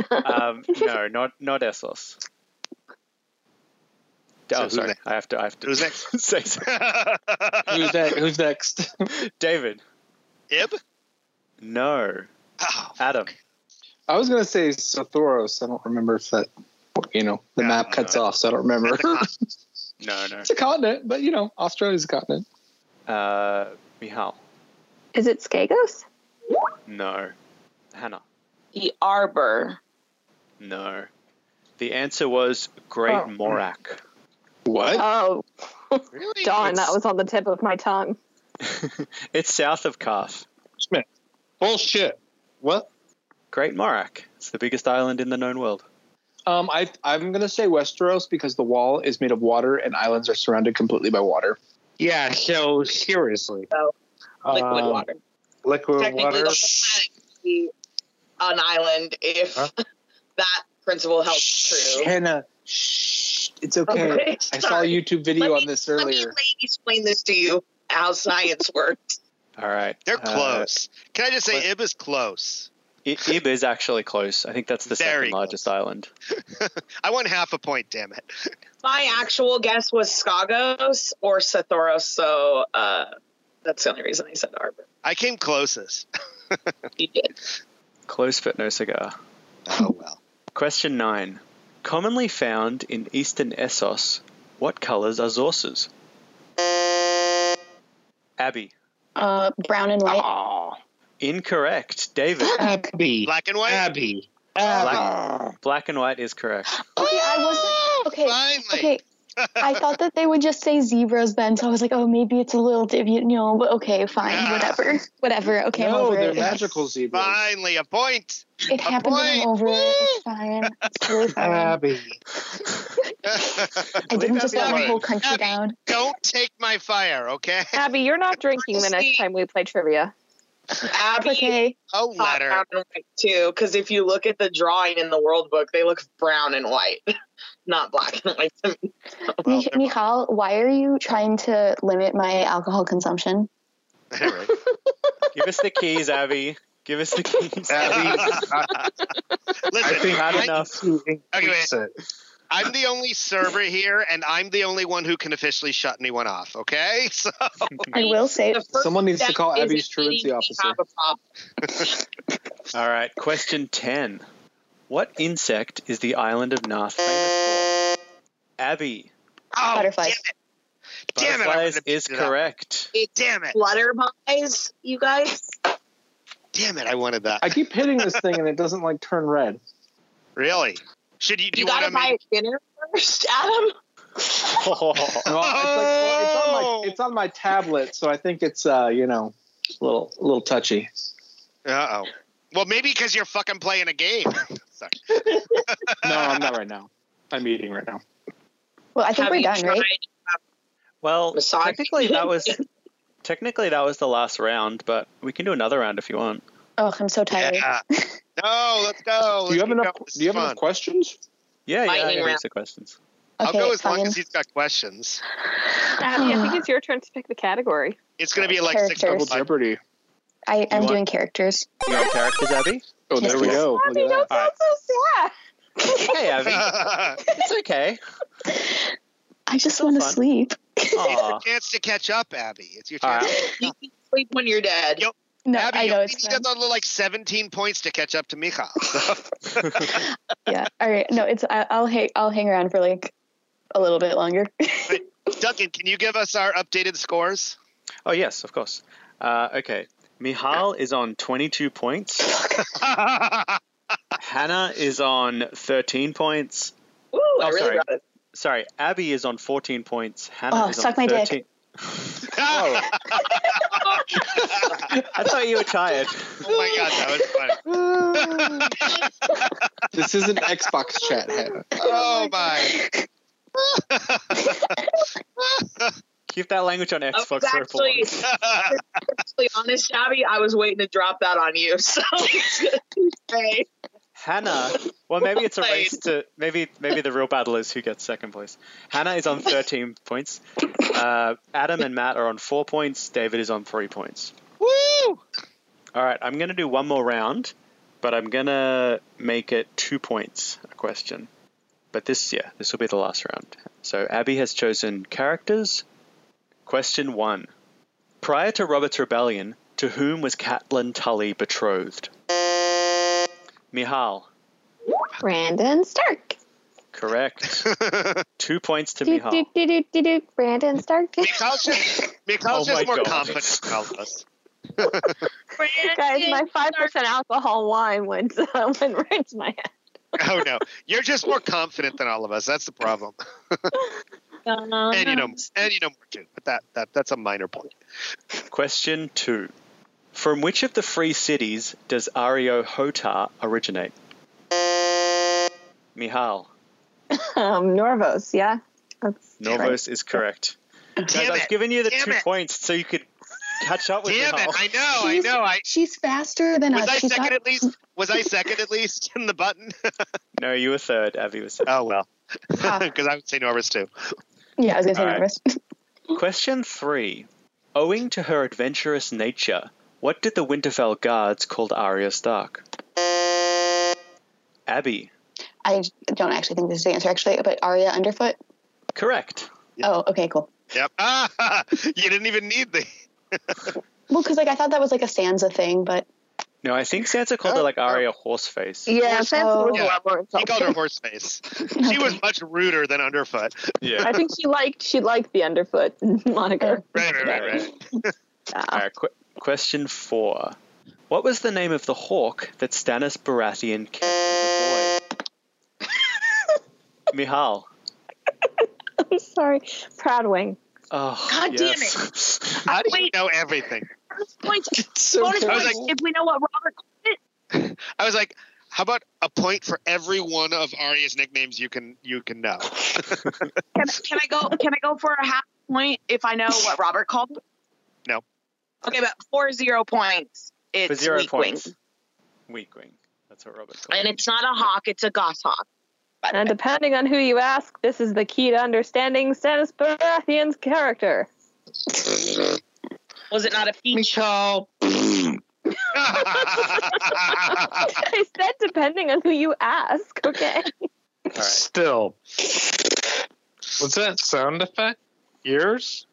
Um, no, not not Essos.
So
Oh,
who's
sorry.
next?
I have to. I have to
Who's next?
say something.
Who's next? Who's next?
David.
Ib?
No.
Oh,
Adam.
I was gonna say Sothoros. I don't remember if that, you know, the
No,
map cuts
no.
off, so I don't remember.
That's a con-
No, no.
it's a continent, but you know, Australia's a continent.
Uh, Mihal.
Is it Skagos?
No. Hannah.
The Arbor.
No. The answer was Great Morak.
What?
Oh,
really?
Dawn, that
It's-
was on the tip of my tongue.
It's south of Calf.
Smith. Bullshit. What?
Great Morak. It's the biggest island in the known world.
Um, I I'm gonna say Westeros because the wall is made of water and islands are surrounded completely by water.
Yeah, so seriously.
So, liquid
Um,
water.
Liquid
Technically,
water.
the whole planet could be an island if
Huh?
that principle helps true.
Hannah, shh, it's okay. I saw a YouTube video
Let
on this
Let me
earlier.
let me explain this to you how science works.
All right.
They're
Uh,
close. Can I just say
cl-
Ib is close?
I- Ib is actually close. I think that's the
Very
second largest island.
I won half a point, damn it.
My actual guess was Skagos or Sathoros, so uh, that's the only reason I said Arbor.
I came closest.
You did.
Close but no cigar.
Oh well.
Question nine. Commonly found in eastern Essos, what colors are Zorses? Abby.
Uh, brown and
Uh-huh.
white.
Oh,
Incorrect. David.
Abby.
Black and white?
Abby.
Black, black and white is correct.
Okay, I wasn't. Okay,
Finally.
okay. I thought that they would just say zebras then, so I was like, oh, maybe it's a little div, you know, but okay, fine,
Yeah.
whatever, whatever. Okay, I'm
no,
over
they're
it.
magical zebras.
Finally a point.
It, it happened. and I'm over it. It's fine. It's totally fine.
Abby.
I didn't just let my
alone.
whole country
Abby.
down.
Don't take my fire, okay?
Abby, you're not drinking the next time we play trivia.
It's
Abby
okay.
Oh
thought
letter.
brown and white too, because if you look at the drawing in the world book, they look brown and white, not black and white. To me.
Well,
Mich-
never mind.
Michal, why are you trying to limit my alcohol consumption?
Anyway.
Give us the keys, Abby. Give us the keys.
Abby. I, I
Listen, I
think
Not
I
enough.
need to
Okay,
increase it.
I'm the only server here, and I'm the only one who can officially shut anyone off. Okay, so
I will say
The first
Someone needs to
step
call
is
Abby's
admitting
truancy
we
officer.
have a problem.
All right. Question 10. What insect is the island of Narth famous for? Abby.
oh,
butterflies.
Damn it, I
Butterflies
wouldn't have
is
picked it up.
correct.
Damn it!
Flutterbies, you guys.
Damn it! I wanted that.
I keep hitting this thing and it doesn't like turn red.
Really? Should you? Do
You,
you, want
gotta
to
buy
make?
dinner first, Adam.
No, Oh, it's, like,
Oh!
well, it's on my it's on my tablet, so I think it's uh you know a little a little touchy.
Uh oh. Well, maybe because you're fucking playing a game. Sorry.
No, I'm not right now. I'm eating right now.
Well, I think
Have
we're
you
done, right?
tried
Well,
Massage.
technically that was technically that was the last round, but we can do another round if you want.
Oh, I'm so tired.
Yeah. Uh, No, let's go.
Do you
Let's
have enough?
go. This
Do you
is
have enough
fun.
questions?
Yeah, yeah, I
Lightning
have
round.
heaps of questions.
I'll
Okay,
go as long
fine.
as he's got questions.
Abby, I think it's your turn to pick the category.
It's gonna be like six
Characters.
Double
double
Jeopardy.
I am
want-
doing characters.
You want characters, Abby?
Oh, there we
Yes.
go. Look at that.
All right.
so
Hey, Abby. It's okay.
I just
That's
want to
fun.
sleep.
Aw.
Chance to catch up, Abby. It's your
All right.
chance.
You can sleep when you're dead.
Yo,
No,
Abby,
I know
you
it's
only
fun.
need another like 17 points to catch up to Michal. So,
Yeah. All right. No, it's I, I'll hang I'll hang around for like a little bit longer.
Oh, Duncan, can you give us our updated scores?
Oh yes, of course. Uh, okay. Mihal is on 22 points.
That's
Hannah is on 13 points.
Ooh, I
Oh,
really
sorry.
got it.
Sorry, Abby is on 14 points. Hannah
Oh,
is
suck
on
my
13.
dick.
Whoa. I thought you were tired.
Oh my god, that was fun.
This is an Xbox chat. Hannah.
Oh my.
Keep that language on
I
Xbox
was
for a
actually, actually honest, Abby. I was waiting to drop that on you. So it's good. Okay.
Hannah. Well, maybe it's a
Right.
race to maybe maybe the real battle is who gets second place. Hannah is on 13 points. Uh, Adam and Matt are on four points. David is on three points.
Woo!
All right, I'm gonna do one more round, but I'm gonna make it two points a question. But this, yeah, this will be the last round. So Abby has chosen characters. Question one: Prior to Robert's rebellion, to whom was Catelyn Tully betrothed? Mihal,
sad. Brandon Stark.
correct. two points to
Do, do,
Mihal.
do, do, do, do. Brandon Stark.
Michal's just,
Oh
Michal's
my
just more
God.
confident than all of us.
Guys, my five percent alcohol wine went uh, went right into my head.
Oh no, you're just more confident than all of us. That's the problem.
Oh,
and you know, and you know more too. But that, that that's a minor point.
Question two: From which of the free cities does Ario Hotar originate? Mihal.
Um, Norvos, yeah. That's
Novos
right.
is correct. Guys,
Damn
I've
it!
given you the
Damn
two
it.
points so you could catch up with
Damn
Mihal.
it! I know. I
She's-
know. I
She's faster than
was
us.
I
She's
second
got-
at least. Was I second at least in the button?
No, you were third. Abby was second.
Oh well,
Ah.
because I would say Norris too.
Yeah, I was gonna say
All right.
nervous.
Question three. Owing to her adventurous nature, what did the Winterfell guards called Arya Stark? Abby.
I don't actually think this is the answer, actually. But Arya Underfoot.
Correct.
Oh, okay, cool.
Yep. Ah, you didn't even need the.
Well, because like I thought that was like a Sansa thing, but
No, I think Sansa
Oh,
called her like Arya Horseface.
Yeah, Sansa was
Yeah.
a lot more
He called her
insulting.
horse face. She was much ruder than Underfoot.
Yeah.
I think she liked she liked the underfoot moniker.
Right, right, right, right.
All
Yeah.
Ah.
right, Uh, qu- question four. What was the name of the hawk that Stannis Baratheon kept as a boy? Mihal.
I'm sorry, Proudwing.
Oh,
God damn Ah,
yes.
Ah,
How do you
Wait.
know everything?
Points.
So
Bonus
I was
points
like-
if we know what Robert.
I was like, how about a point for every one of Arya's nicknames you can you can know?
Can, can I go? Can I go for a half point if I know what Robert called? it?
No.
Okay, but for zero points, it's
For zero
weak
points.
wing,
Weak wing. That's what Robert called
and
it.
it's not a hawk; it's a goshawk.
And depending on who you ask, this is the key to understanding Stannis Baratheon's character.
Was it not a peach?
Michelle.
I said depending on who you ask, okay?
All right.
Still. What's that sound effect? Yours?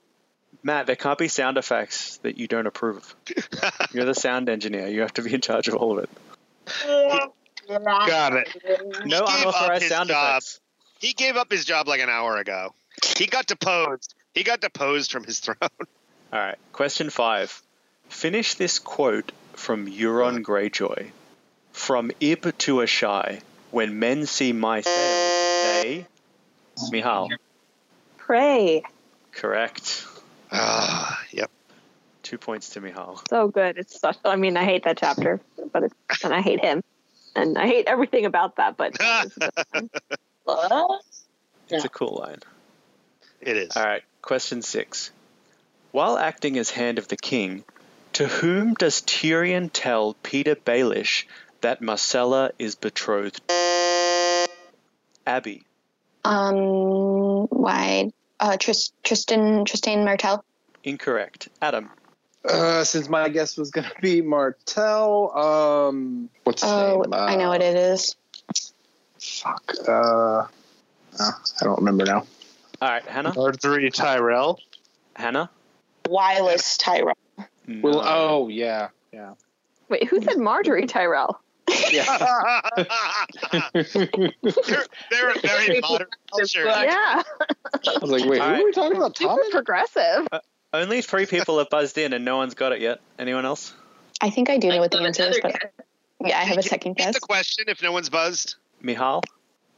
Matt, there can't be sound effects that you don't approve of. You're the sound engineer. You have to be in charge of all of it.
Um,
Got it.
No
He gave up
unauthorized
his
sound
job.
effects.
he gave up his job like an hour ago. He got deposed. He got deposed from his throne.
All right. Question five. Finish this quote from Euron Greyjoy. From Ib to Ashai, when men see my sail, they. Mihal.
Pray.
Correct.
Ah, yep.
Two points to Mihal.
So good. It's such I mean, I hate that chapter, but it's, and I hate him. And I hate everything about that, but that was a good one.
It's a cool line.
It is.
All right, question six. While acting as Hand of the King, to whom does Tyrion tell Peter Baelish that Marcella is betrothed? Abby.
um, why? Uh, Tris- Tristan Tristan Martell.
Incorrect. Adam.
Uh, since my guess was gonna be Martell, um, what's his
Oh,
name? Uh,
I know what
uh,
it is.
is. Fuck. Uh, uh, I don't remember now.
All right, Hannah.
Or three Tyrell?
Hannah.
Wireless Tyra.
No.
Well, oh yeah, yeah.
Wait, who said Marjorie Tyrell?
Yeah.
they're, they're a very modern culture.
Yeah.
I was like, wait, oh, who
All
are we talking about?
Super
Tommen?
progressive.
Uh,
Only three people have buzzed in and no one's got it yet. Anyone else?
I think I do know what the answer is,
Another
but yeah, I have a
Can you
second
repeat
guess.
the question if no one's buzzed.
Mihal?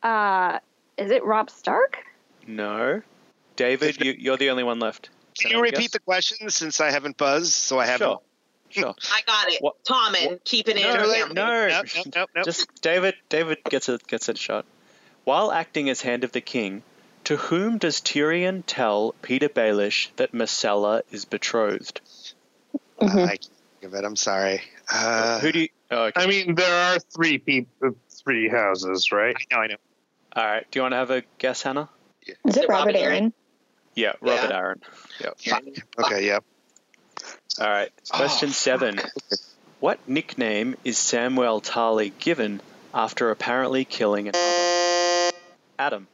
Uh is it Rob Stark?
No. David, you, you're the only one left. Can
Can you
I
repeat
guess?
the question since I haven't buzzed? So I haven't.
Sure. Sure.
I got it.
What-
Tommen, keep it in.
No,
or
no,
him.
no.
Nope, nope, nope, nope.
Just David. David gets a gets a shot. While acting as Hand of the King, to whom does Tyrion tell Peter Baelish that Marcella is betrothed?
I
Mhm.
I can't think of it. I'm sorry. Uh,
Who do you? Oh, okay.
I mean, there are three people, three houses, right?
I know. I know.
All right. Do you want to have a guess, Hannah?
Is it Robert Aaron?
Yeah, Robert Aaron.
Fuck. Okay. Yep.
All right.
Oh,
Question seven. What nickname is Samuel Tarly given after apparently killing another? Adam.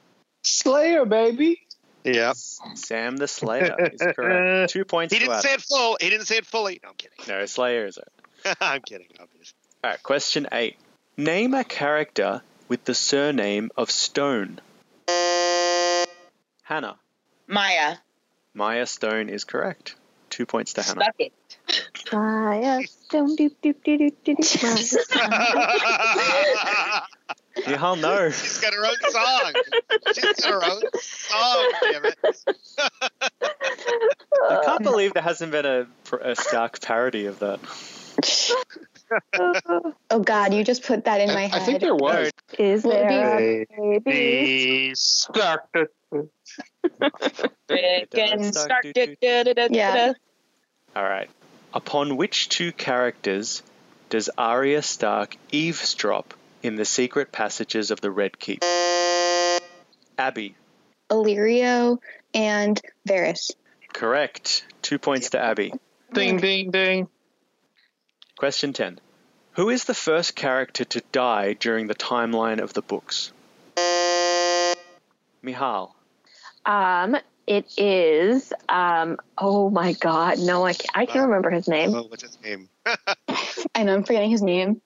Slayer, baby.
Yep.
Sam the Slayer is correct. Two points
He
to
didn't
Adam.
say it full. He didn't say it fully. No, I'm kidding.
no, Slayer is it.
I'm kidding. Obviously.
All right, question eight. Name a character with the surname of Stone. Hannah.
Maya,
Maya Stone is correct. Two points to Hannah.
suck it.
Ah, yes. Dum doo doo doo doo doo doo.
She's
Nihal, no.
got her own song. She's got her own song. Damn it.
I can't believe there hasn't been a, a Stark parody of that.
Oh God, you just put that in my
I,
head.
I think there was.
Is
Will it be-
there
Hey,
a baby?
Again, start.
Yeah.
All right. Upon which two characters does Arya Stark eavesdrop in the secret passages of the Red Keep? Abby.
Illyrio and Varys.
Correct. Two points to Abby.
Ding, ding, ding.
Question 10. Who is the first character to die during the timeline of the books? Mihal.
Um, it is. Um, oh my God, no, I can't, I can't remember his name.
Oh, what's his name?
I know I'm forgetting his name.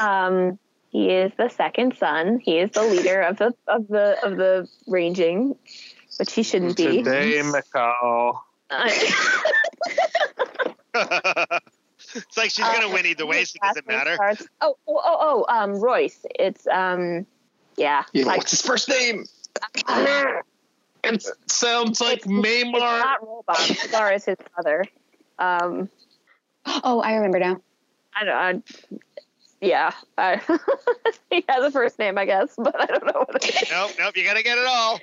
Uh,
Um, he is the second son. He is the leader of the of the of the ranging, which he shouldn't be.
Today, Mikal.
it's like she's
Uh,
gonna win either way, so it doesn't matter.
Starts, oh, oh, oh, oh, um, Royce. It's um, yeah,
Yeah,
like
what's his first name?
It sounds like
it's
Maymar.
not Robot. Star is his brother. Um,
Oh, I remember now.
I don't. I, yeah, I, he has a first name, I guess, but I don't know what it is.
Nope, nope, you gotta get it all.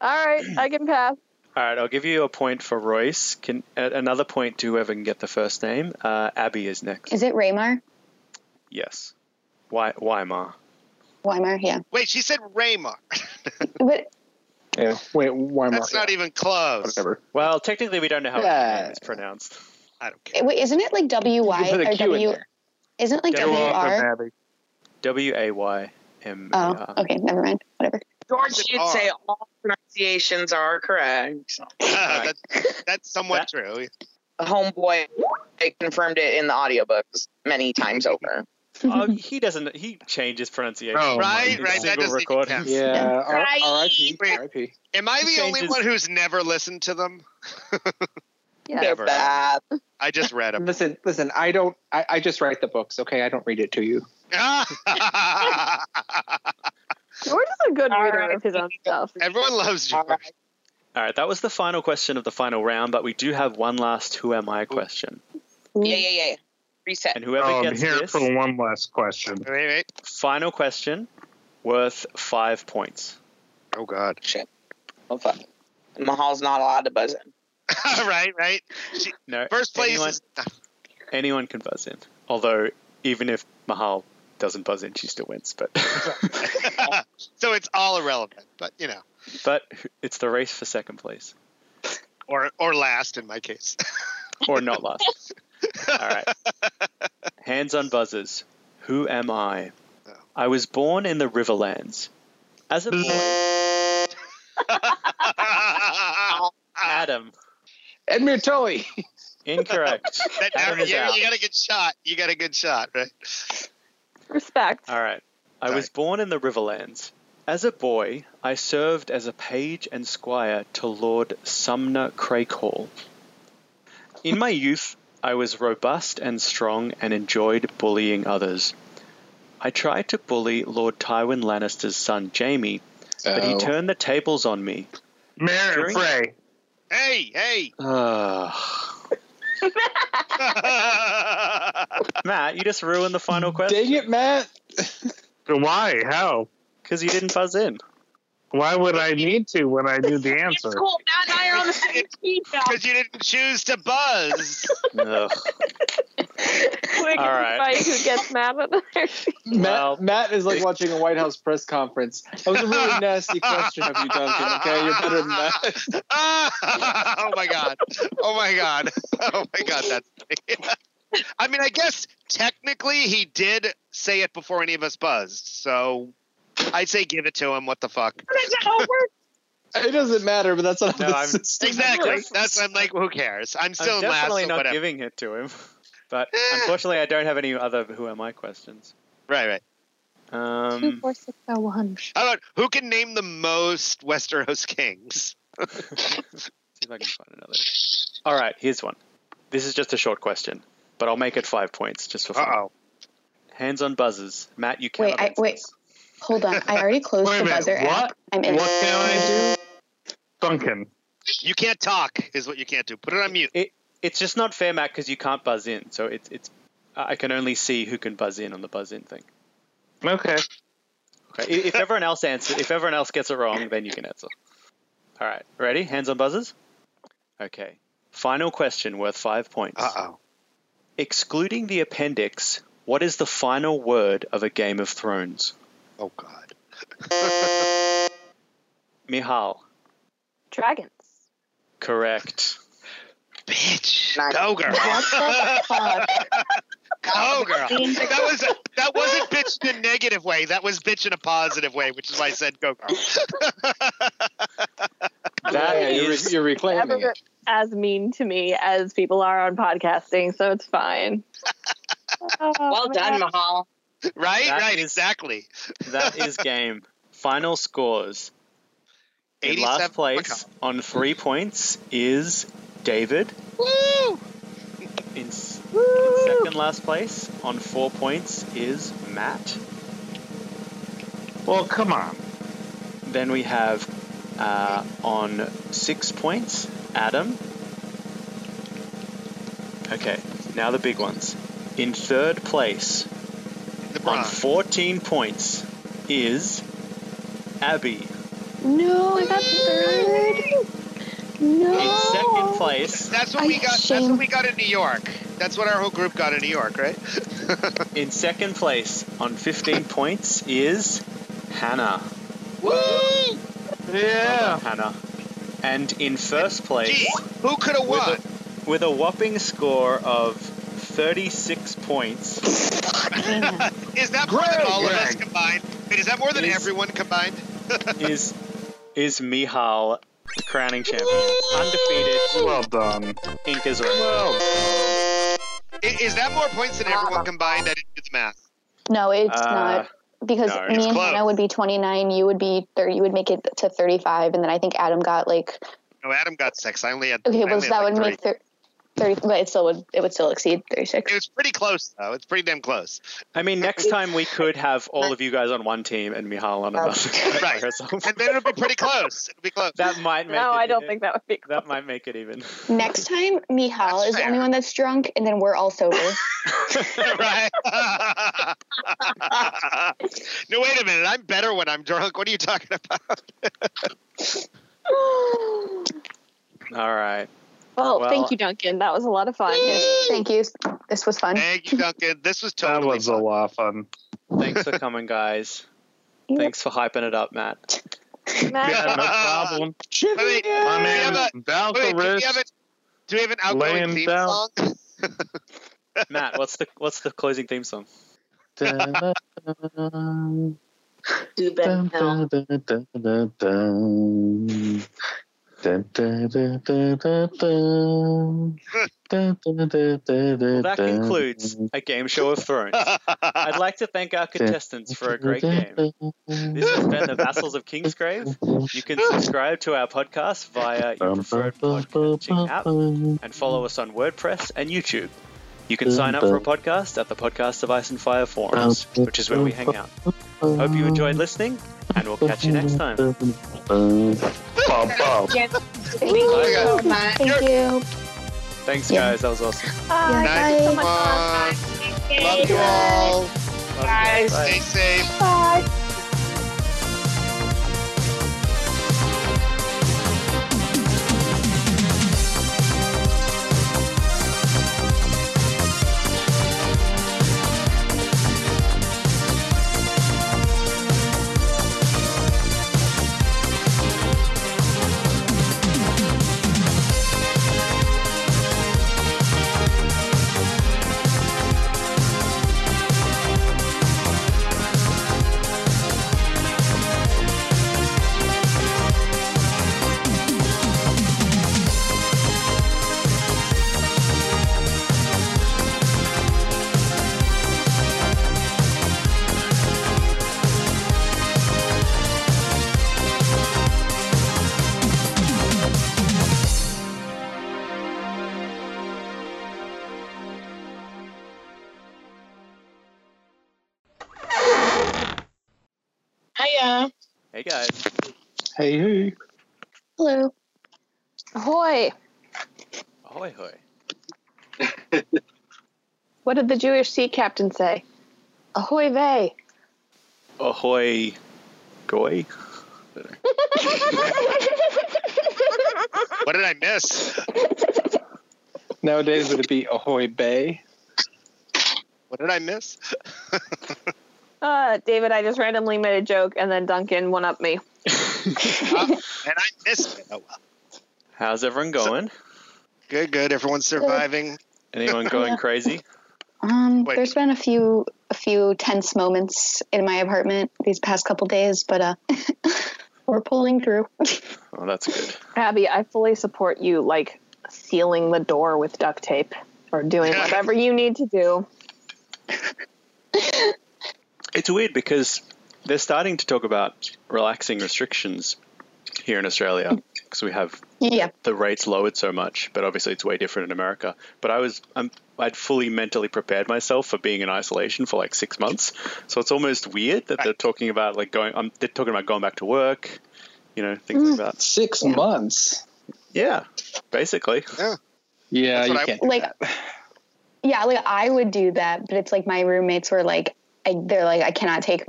All right, I can pass.
All right, I'll give you a point for Royce. Can a- another point to whoever can get the first name. Uh, Abby is next.
Is it Raymar?
Yes. Wy- Weimar.
Weimar, yeah.
Wait, she said Raymar.
But
Yeah, wait, Weimar.
That's not even close.
whatever.
Well, technically, we don't know how
Yeah.
his name is pronounced.
I don't care.
wait, isn't it like W
You
Y
put a
or
Q in
W?
there.
Isn't it like
Get
W R?
Abby.
W A Y M A
Oh,
R.
okay, never mind. Whatever.
George
It's
did
R.
say all pronunciations are correct.
That- Uh, that's somewhat
That-
true.
Homeboy, they confirmed it in the audiobooks many times over.
Oh, he doesn't. He changes pronunciation.
Oh,
right,
my
right. That
Single
doesn't
recording.
count.
Yeah, R-
Right.
R.I.P. R.I.P.
Am I the only
Changes.
one who's never listened to them?
Yeah.
They're
Never.
bad.
I just read them.
Listen, listen. I don't. I, I just write the books. Okay, I don't read it to you.
George is a good
All
reader
right.
of his own stuff.
Everyone loves George.
Alright.
All right, that was the final question of the final round, but we do have one last "Who am I?" question,
Yeah, yeah, yeah. Reset.
and whoever
Um,
Oh, I'm
gets
here
this
for one last question.
Wait, wait.
final question, worth five points.
Oh God.
Oh fuck. Mahal's not allowed to buzz in.
right, right.
No,
First place
anyone,
is
anyone can buzz in. Although, even if Mahal doesn't buzz in, she still wins. But
so it's all irrelevant, but you know,
but it's the race for second place,
or or last in my case.
or not last. All right, hands on buzzers. Who am I? I was born in the Riverlands. As a boy,
that
Adam.
Edmure Tully.
Incorrect. Adam
never,
is
you,
out.
you got a good shot. You got a good shot, right?
Respect.
All right. I was born in the Riverlands. As a boy, I served as a page and squire to Lord Sumner Craighall. In my youth, I was robust and strong and enjoyed bullying others. I tried to bully Lord Tywin Lannister's son Jamie, but
Oh.
he turned the tables on me.
Mary
During-
Frey.
Hey, hey.
Ugh.
I
Matt, you just ruined the final
Dang
question
it, Matt.
Why? How?
because you didn't buzz in.
Why would I need to when I knew the
It's
answer?
cool. Oh, Matt and I are on the same team now.
Because you didn't choose to buzz.
Ugh.
Quick,
All right.
everybody who gets mad at her.
Well-
Matt, Matt is like watching a White House press conference. That was a really nasty question of you, Duncan. Okay, you're better than that.
oh my god. Oh my god. Oh my god. That's. I mean, I guess technically he did say it before any of us buzzed, so I'd say give it to him. What the fuck?
It doesn't matter, but that's not
No,
the
I'm-
system.
Exactly.
Yes.
That's I'm like, who cares? I'm still
I'm
in last.
definitely
So
not
whatever.
giving it to him. But
Eh.
unfortunately, I don't have any other Who Am I questions.
Right, right.
Um,
six oh one.
How about who can name the most Westeros kings?
see if I can find another. All right, here's one. This is just a short question, but I'll make it five points just for
Uh
fun.
oh.
Hands on buzzers. Matt, you
Wait,
cannot
I-
answer
wait.
this.
Hold on. I already closed
Wait a
the
minute,
buzzer app. I'm in.
What can I do? Duncan.
You can't talk is what you can't do. Put it on mute.
It's just not fair, Matt, because you can't buzz in. So it's it's. I can only see who can buzz in on the buzz in thing.
Okay.
Okay. i- If everyone else answers, if everyone else gets it wrong, then you can answer. All right. Ready? Hands on buzzers. Okay. Final question worth five points.
Uh oh.
Excluding the appendix, what is the final word of a Game of Thrones?
Oh god.
Mihal.
Dragons.
Correct.
Bitch.
Nice.
Go girl. Go girl. That was that wasn't bitch in a negative way. That was bitch in a positive way, which is why I said go girl.
That
yeah, you're, re-
is-
you're reclaiming
Never
it.
as mean to me as people are on podcasting, so it's fine. Oh,
Well
man.
done, Mahal.
Right?
That
right,
is-
exactly.
that is game. Final scores. In
87
last place
Macau.
on three points is David.
Woo!
In, s- in second last place on four points is Matt.
Well, come on.
Then we have uh, on six points Adam. Okay, now the big ones. In third place
The
on
bronze.
14 points is Abby.
No, I got third. No.
In second place,
That's what
I
we got. That's
shame.
what we got in New York. That's what our whole group got in New York, right?
in second place on 15 points is Hannah.
Woo!
Well done, Hannah. And in first place
Gee, who could have won?
with a whopping score of 36 points
Is that more than
Greg,
all of us
Greg.
combined? Wait, is that more than
Is-
everyone combined?
is is Mihal the crowning champion, undefeated
Well done.
in Kizra.
Oh,
Well,
I- Is, that more points than everyone combined? I didn't do the math.
No, it's
Uh,
not because
no,
me
it's
and
close.
Hannah would be 29. You would be 30. You would make it to 35, and then I think Adam got like
No, Adam got six. I only had. I
okay,
only
well
had
that
like
would
three.
make thir- 30, but it still would it would still exceed 36.
It was pretty close, though. It's pretty damn close.
I mean, next time we could have all of you guys on one team and Mihal on another.
Right.
or something.
And then it'll be pretty close. It'll be close.
that might make
No,
it
I don't think that would be.
that might make it even.
Next time, Mihal
That's
is the only
fair.
one that's drunk, and then we're all sober.
right? no, wait a minute. I'm better when I'm drunk. What are you talking about?
All right.
Well,
Well-
thank you, Duncan. That was a lot of fun.
Thank you. This was fun.
Thank you, Duncan. This was
that
totally
was a lot of fun.
Thanks for coming, guys.
Yep.
Thanks for hyping it up, Matt.
Matt,
no problem.
Wait, wait, do
My
we have
man,
a- wait, do, we
Valkyris.
have a, do we have an outgoing
Laying
theme
down.
song?
Matt, what's the what's the closing theme song?
Do better
Dun,
now.
dun, dun, dun, dun, dun. Dun, dun, dun, dun, dun, dun. Dun, dun, dun, dun,
Well,
dun,
that
dun.
concludes a game show of Thrones.
Oh
I'd like to thank our contestants for a great game. This has been the Vassals of Kingsgrave. You can subscribe to our podcast via your preferred podcasting app and follow us on WordPress and YouTube. You can sign up for a podcast at the Podcast of Ice and Fire forums, which is where we hang out. Hope you enjoyed listening, and we'll catch you next time.
Bum, bum.
my God.
so much.
Thank you.
Thanks,
Yeah.
guys. That was awesome.
Ah,
Nice.
so much fun.
Uh, love
Thank
you
you.
all.
Guys.
Stay safe.
Bye.
Hiya.
Hey, guys.
Hey, hey.
Hello.
Ahoy.
Ahoy, hoy.
What did the Jewish sea captain say? Ahoy, vey.
Ahoy, Goy.
What did I miss?
Nowadays, would it be Ahoy Bay?
What did I miss?
Uh, David, I just randomly made a joke and then Duncan one up me.
And I missed it. Oh, well.
How's everyone going?
Good, good. Everyone's surviving.
Anyone going crazy?
Um,
Wait.
there's been a few a few tense moments in my apartment these past couple days, but uh, we're pulling through.
Oh, that's good.
Abby, I fully support you, like sealing the door with duct tape or doing whatever you need to do.
It's weird because they're starting to talk about relaxing restrictions here in Australia because we have
yeah,
the rates lowered so much, but obviously it's way different in America. But I was I'm, I'd fully mentally prepared myself for being in isolation for like six months, so it's almost weird that they're talking about like going. Um, they're talking about going back to work, you know, things like
Mm.
that.
Six months.
Yeah, basically.
Yeah,
That's
you
what I-
can't.
like yeah, like I would do that, but it's like my roommates were like, I, they're like, I cannot take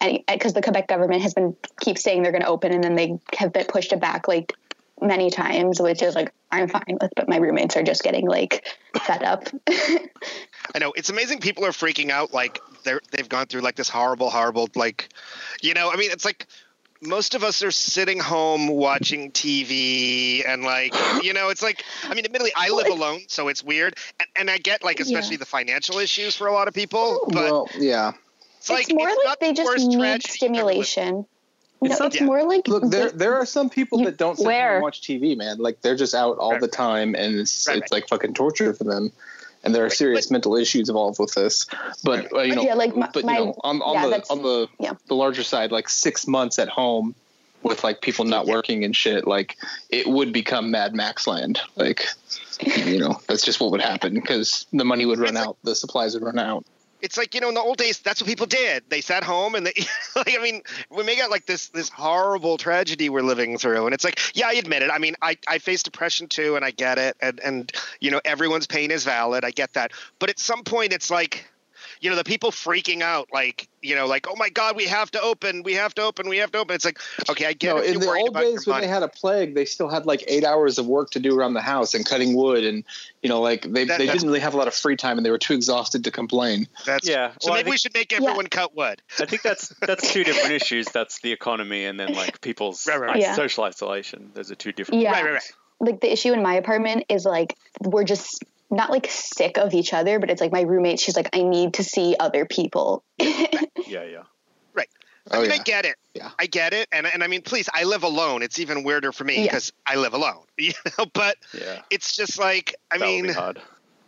any because the Quebec government has been keep saying they're going to open, and then they have been pushed it back like many times, which is like I'm fine with, but my roommates are just getting like fed up.
I know it's amazing. People are freaking out. Like they're they've gone through like this horrible, horrible. Like, you know, I mean, it's like most of us are sitting home watching TV and like, you know, it's like. I mean, admittedly, I live alone, so it's weird. And, and I get like, especially the financial issues for a lot of people. But
well, yeah.
it's like
Oh, it's more
it's
like
not
they
the
just
worst
need
tragedy you've ever lived
stimulation. No,
It's
it's,
not-
Yeah.
more like
Look, there
they-
there are some people
You-
that don't sit down
where?
and watch TV, man. Like they're just out all
Right.
the time, and it's
Right,
it's like fucking torture for them. And there are serious mental issues involved with this. But uh, you know,
Yeah, like my-
but you
my-
know, on, on
yeah,
the
that's-
on the
yeah.
the larger side, like six months at home with like people not working and shit, like it would become Mad Max land. Like you know, that's just what would happen because the money would run out, the supplies would run out.
it's like you know in the old days that's what people did they sat home and they like i mean we may got like this this horrible tragedy we're living through and it's like yeah i admit it i mean i i face depression too and i get it and and you know everyone's pain is valid i get that but at some point it's like you know the people freaking out like you know like oh my god we have to open we have to open we have to open it's like okay i get
No,
it if
in
you're
the
worried
old
about
days
your
when
money.
they had a plague, they still had like eight hours of work to do around the house and cutting wood, and you know, like they,
That-
they
that's-
didn't really have a lot of free time, and they were too exhausted to complain.
that's
Yeah,
so
well, I
maybe we should make everyone cut wood
I think that's that's two different issues. That's the economy and then like people's
Right, right,
like,
right. Yeah.
social isolation. Those are two different.
yeah,
right right right
like the issue in my apartment is like we're just not like sick of each other, but it's like my roommate. She's like, I need to see other people.
Yeah, yeah.
I
Oh,
mean, I
yeah.
get it.
Yeah.
I get it. And, and I mean, please, I live alone. It's even weirder for me
Yeah.
because I live alone. You know, but
Yeah.
it's just like, I
that would be
mean,
hard.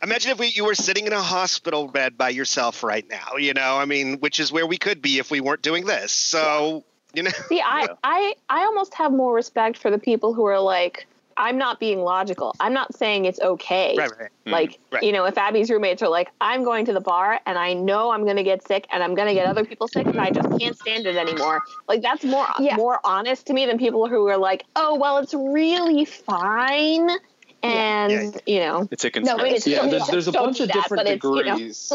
imagine if we, you were sitting in a hospital bed by yourself right now, you know, I mean, which is where we could be if we weren't doing this. So, you know,
See, I,
Yeah.
I, I almost have more respect for the people who are like, I'm not being logical. I'm not saying it's okay.
right, right.
Mm.
Like,
right.
you know, if Abby's roommates are like, I'm going to the bar and I know I'm going to get sick and I'm going to get other people sick and I just can't stand it anymore. Like, that's more
Yeah.
more honest to me than people who are like, oh, well, it's really fine. And,
Yeah, yeah.
you know,
It's a
no, I
conspiracy.
mean, it's
Yeah,
totally
there's, there's a
don't
bunch
do
of
that,
different
but it's, you know,
degrees.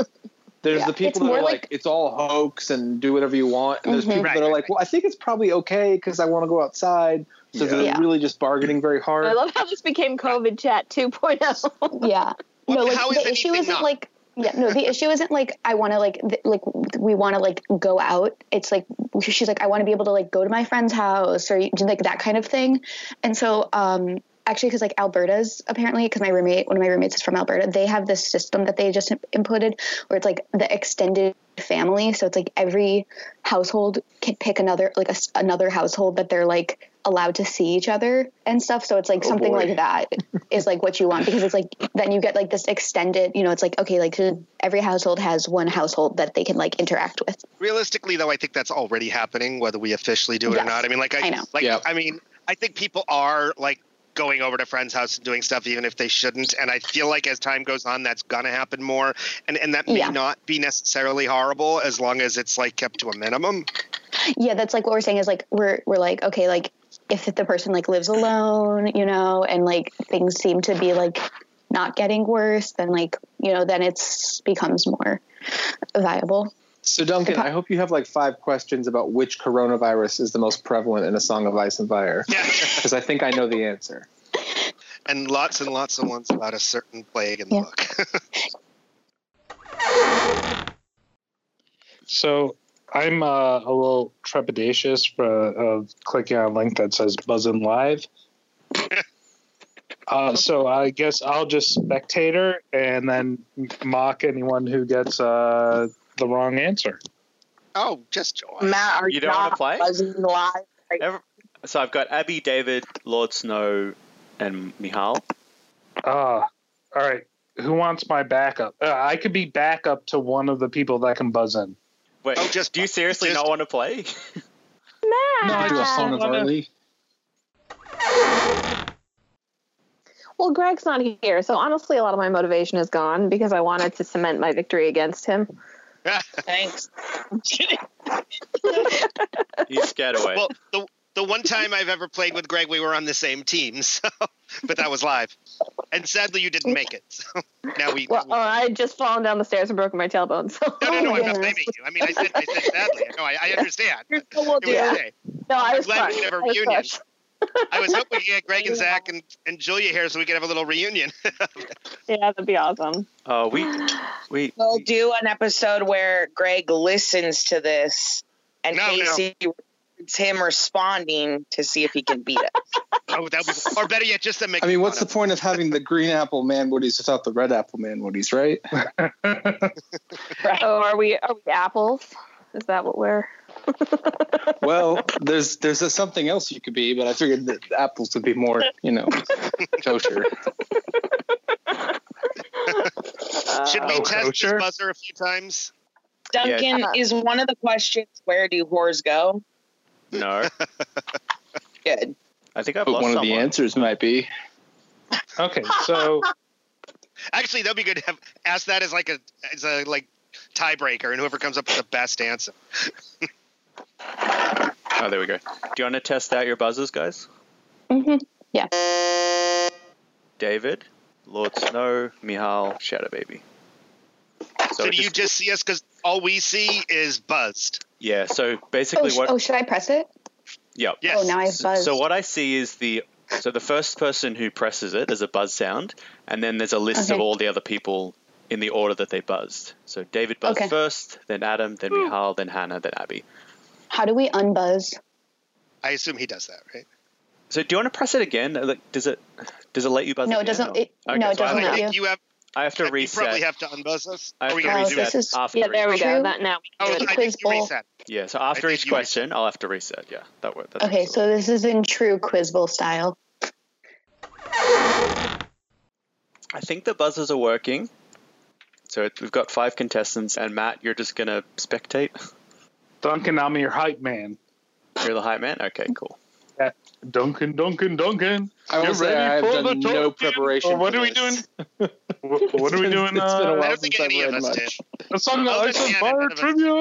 There's
Yeah,
the
it's
people that
more
are
like-
like, it's all hoax and do whatever you want, and there's
Mhm.
Mm-hmm.
people
Right,
that are
right,
like, well, I think it's probably okay because I want to go outside. So
Yeah.
they're
Yeah.
really just bargaining very hard.
I love how this became COVID chat oh. 2.0.
yeah.
Well,
no, like
how is
the issue
anything
isn't
not?
like yeah, no, the issue isn't like I want to like th- like we want to like go out. It's like she's like I want to be able to like go to my friend's house or like that kind of thing. And so um actually cuz like Alberta's apparently cuz my roommate one of my roommates is from Alberta, they have this system that they just im- inputted where it's like the extended family, so it's like every household can pick another like a s another household that they're like allowed to see each other and stuff. So it's like
Oh,
something
boy.
like that is like what you want because it's like then you get like this extended, you know, it's like okay, like every household has one household that they can like interact with.
realistically though i think that's already happening whether we officially do it
Yes,
or not i mean like i,
I know.
like
Yep.
i mean i think people are like going over to friends house and doing stuff even if they shouldn't and i feel like as time goes on that's gonna happen more and and that may
Yeah.
not be necessarily horrible as long as it's like kept to a minimum
Yeah, that's like what we're saying is like we're we're like okay, like if the person like lives alone, you know, and like things seem to be like not getting worse, then like, you know, then it's becomes more viable. Oh,
So, Duncan, I hope you have like five questions about which coronavirus is the most prevalent in A Song of Ice and Fire,
Yeah.
because I think I know the answer.
and lots and lots of ones about a certain plague in the
Yeah.
book.
So I'm uh, a little trepidatious for, of clicking on a link that says Buzzin' Live. uh, so I guess I'll just spectator and then mock anyone who gets uh, the wrong answer.
oh, just join.
Matt, are
You
you,
don't wanna
not
play?
buzzing live?
So I've got Abby, David, Lord Snow, and Mihal.
Uh, all right. Who wants my backup? Uh, I could be backup to one of the people that can buzz in.
Wait,
Oh, just-
do you seriously
just-
not want to play?
Matt.
Do a Song of
wanna-
Arlie.
Well, Greg's not here, so honestly, a lot of my motivation is gone because I wanted to cement my victory against him.
Thanks.
He's scared away.
Well, the the one time I've ever played with Greg, we were on the same team, so but that was live, and sadly you didn't make it. So now we.
Well, or I had just fallen down the stairs and broken my tailbone. So
no, no, no! I'm not
Yeah.
blaming you. I mean, I said, I said sadly. No, I, I understand.
Here's what we'll
It was
do.
okay.
No, I
I'm
was
glad we
crushed.
could have a
I was
reunion.
crushed.
I was hoping to get Greg and Zach and, and Julia here so we could have a little reunion.
Yeah, that'd be awesome.
Uh, we we
We'll do an episode where Greg listens to this and
No, no.
Casey records him responding to see if he can beat it.
Oh, that would be, or better yet, just to make.
I mean,
fun
what's the
of
point of having the green apple man woodies without the red apple man woodies, right?
Oh, are we? Are we apples? Is that what we're?
Well, there's there's a, something else you could be, but I figured that the apples would be more, you know, kosher.
Uh,
it. Should we
Oh,
test
kosher?
this buzzer a few times?
Duncan,
Uh-huh.
Yeah.
is one of the questions where do whores go?
no.
Good.
I think I've
But
lost
one of the
someone.
answers might be
Okay, so
Actually, that'd be good to have ask that as like a as a like tiebreaker, and whoever comes up with the best answer.
Oh, there we go. Do you want to test out your buzzers, guys?
Mhm.
David, Lord Snow, Mihal, Shadow Baby.
So,
it
do you just see us because all we see is buzzed?
yeah. So
Oh,
basically,
sh-
what?
oh, should I press it?
yeah.
Yes.
Oh, now I've
So,
buzzed.
so what I see is the so the first person who presses it there's a buzz sound, and then there's a list of
Okay.
all the other people in the order that they buzzed. So David buzzed
Okay.
first, then Adam,
Hmm.
then Mihal, then Hannah, then Abby.
How do we unbuzz?
I assume he does that, right?
So do you want to press it again? Like, Does it does it let you buzz?
No, it
again,
doesn't.
or-
It,
Okay,
no, it
so I
doesn't
like
I
let
think
you.
you have.
I have to
You
reset.
probably have to unbuzz us.
I
Are
have
we
to
Oh,
gonna redo
this
that?
is
after
yeah, there we
True.
go. That now.
Oh,
We can do
I
it.
Quiz
think you
Bowl.
reset.
Yeah, so after
think
each
you reset.
question, I'll have to reset. Yeah, that works.
Okay, so this is in true Quiz Bowl style.
I think the buzzers are working. So it, we've got five contestants, and Matt, you're just gonna spectate.
Duncan, I'm your hype man.
You're the hype man. Okay, cool.
Duncan, Duncan, Duncan.
I will
You're
say
ready
I've
for
done
the
no
Tolkien?
preparation.
What
for
are we
this.
doing? Wh- what are we
It's
doing?
been- It's been a
uh,
while
I don't think
since I've
any of
read
us
much.
did.
A song of
Oh,
ice and
yeah,
fire
none of us-
trivia.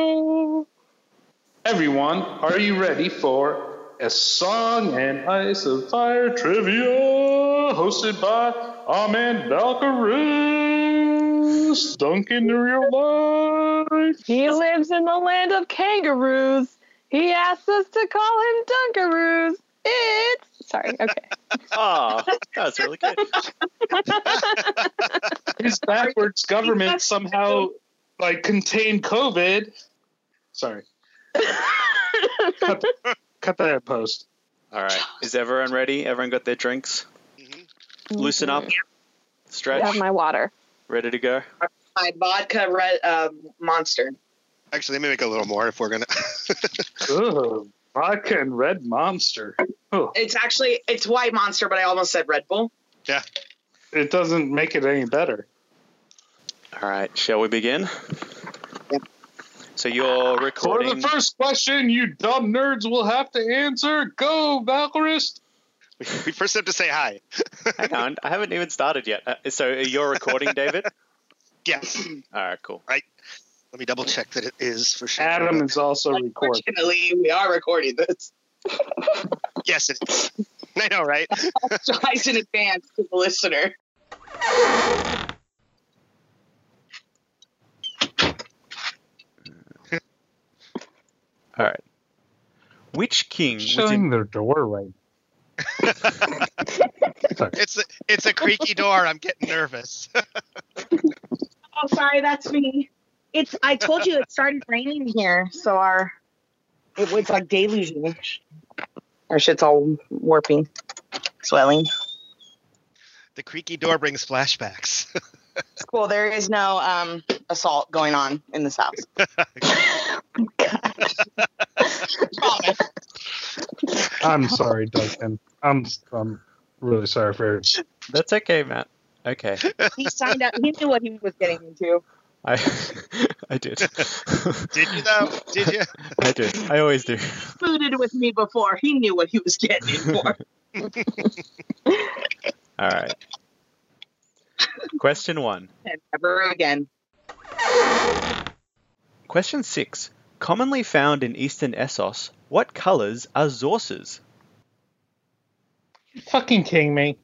Everyone, are you ready for a song and ice and fire trivia hosted by Armand Valkyries? Duncan, in real life.
He lives in the land of kangaroos. He asked us to call him Dunkaroos. It's sorry. Okay.
Oh, that was really good.
His backwards government somehow like contained COVID. Sorry. cut, cut that out post.
All right, is everyone ready? Everyone got their drinks?
Mhm.
Loosen up,
I have
stretch,
Mm-hmm. my water.
ready to go.
My vodka red, uh, monster.
Actually, let me make a little more if we're gonna.
Ugh, vodka and red monster. Oh,
It's actually it's white monster, but I almost said Red Bull.
it doesn't make it any better.
All right, shall we begin? So you're
For
recording.
the first question, you dumb nerds will have to answer. Go, Valkyrist.
we first have to say hi.
Hang on, I haven't even started yet. Uh, so you're recording, David?
Yes.
All right, cool.
Let me double check that it is for sure.
Adam is also recording.
Fortunately, we are recording this.
Yes, it is. I know, right?
Twice in advance to the listener.
All right. Which king was in
Showing their door right. Sorry.
It's a, it's a creaky door. I'm getting nervous.
Oh, sorry, that's me. It's. I told you it started raining here, so our it was like deluging. Our shit's all warping, swelling.
The creaky door brings flashbacks.
Well, there is no um, assault going on in this house. Promise.
I'm sorry, Duncan. I'm I'm really sorry for
That's okay, Matt. Okay,
he signed up. He knew what he was getting into.
I I did.
Did you though? Did you?
I did. I always do.
Booted with me before. He knew what he was getting in for.
All right. Question one.
and never again.
Question six. Commonly found in eastern Essos, what colors are zorses?
you fucking kidding me.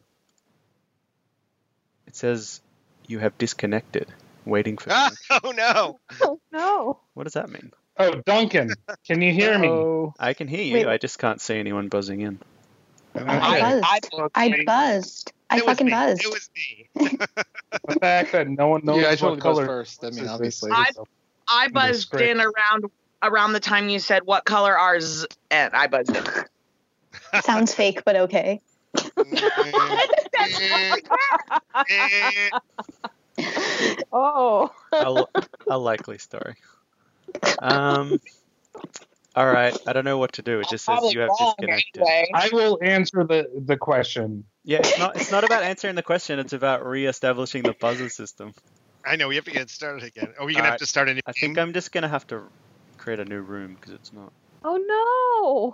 It says you have disconnected. Waiting for.
Ah, oh no!
Oh no.
What does that mean?
Oh, Duncan, can you hear me?
I can hear you.
Wait.
I just can't see anyone buzzing in.
Okay.
buzzed. I buzzed. I
It was
fucking
me.
buzzed.
It was me.
The fact that no one knows
yeah, I
what
told him
color.
first. I mean,
is
obviously.
this.
I
That's
buzzed
great.
in around around the time you said what color are z and I buzzed in.
Sounds fake, but okay.
Oh.
a, li- a likely story. Um. All right. I don't know what to do. It just says
Probably
you have
wrong
disconnected.
anyway.
I will answer the the question.
Yeah, it's not. It's not about answering the question. It's about re-establishing the buzzer system.
I know we have to get started again. Are we
All
gonna
right.
have to start a new
I
game?
think I'm just gonna have to create a new room because it's not.
Oh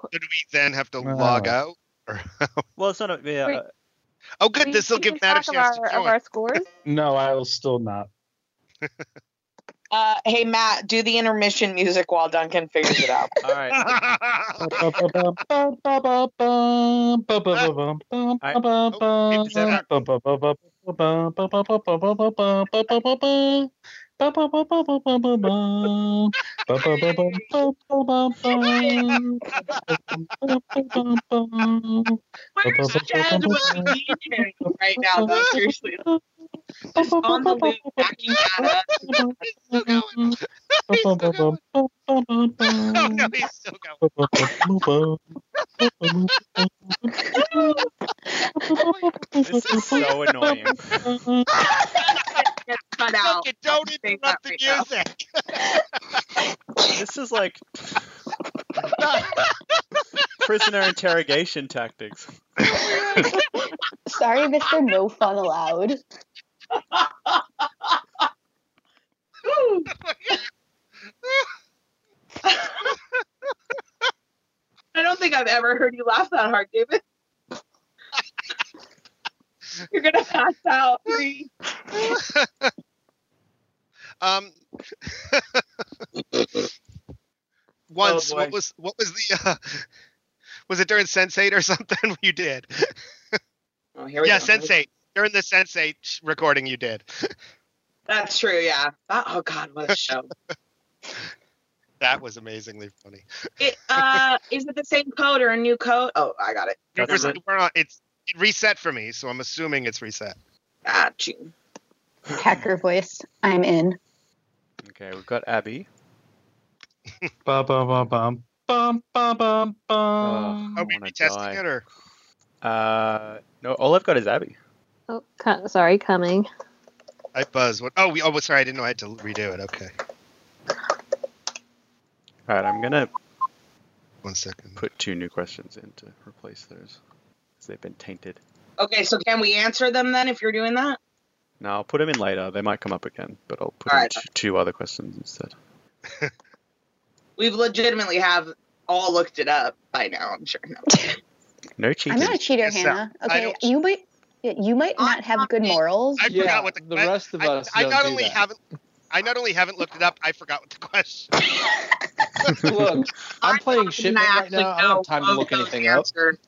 no.
Did we then have to log
Uh.
out?
Well, it's not. A, yeah.
Wait.
uh,
Oh, good.
We-
This will
we
give
can
Matt a
talk of
chance
our-
to
of
join.
our scores.
No, I will still not.
Uh, hey Matt, do the intermission music while Duncan figures it out.
All right.
Where's Chad when we need him right now though? Seriously. Just on the loop backing at us.
He's still going. He's still going. Oh no, he's still going.
This is so annoying.
Get cut out.
Duncan, don't
I'll save that
interrupt the
right now.
music.
This is like prisoner interrogation tactics.
Sorry, Mister No Fun Allowed.
I don't think I've ever heard you laugh that hard, David. You're gonna pass out. Three.
um,
Oh,
once,
boy.
what was what was the uh, was it during Sense8 or something? You did,
Oh, here we
yeah,
go.
Sense8 during the Sense8 sh- recording. You did.
That's true, yeah. That, oh god, what a show.
That was amazingly funny.
It,
uh, is it the same code or a new code? Oh, I got it.
It was,
Remember.
we're on, it's it reset for me, so I'm assuming it's reset.
Got you.
Hacker voice. I'm in.
Okay, we've got Abby.
Ba-ba-ba-bum-bum-bum-bum.
I
Uh, Are we
wanna
retesting
die.
it or?
Uh, no, all I've got is Abby.
Oh, co- sorry, coming.
I buzzed. What? Oh, we. Oh, sorry. I didn't know I had to redo it. Okay.
All right, I'm gonna
One second.
put two new questions in to replace those because they've been tainted.
Okay, so can we answer them then if you're doing that?
No, I'll put them in later. They might come up again, but I'll put
All
in
right.
two, two other questions instead.
We've legitimately have all looked it up by now, I'm sure. No.
No
I'm
cheating.
not a cheater,
Yes, sir.
Hannah.
I
Okay,
don't-
you might you might not have good morals.
I
yeah,
forgot what the,
the
I-
rest of
I,
us.
I
don't
not
do
only
that.
haven't. I not only haven't looked it up. I forgot what the question.
Look, I'm playing shipment
I
right
actually
now. I don't have time to
know
look
of those
anything up.
answers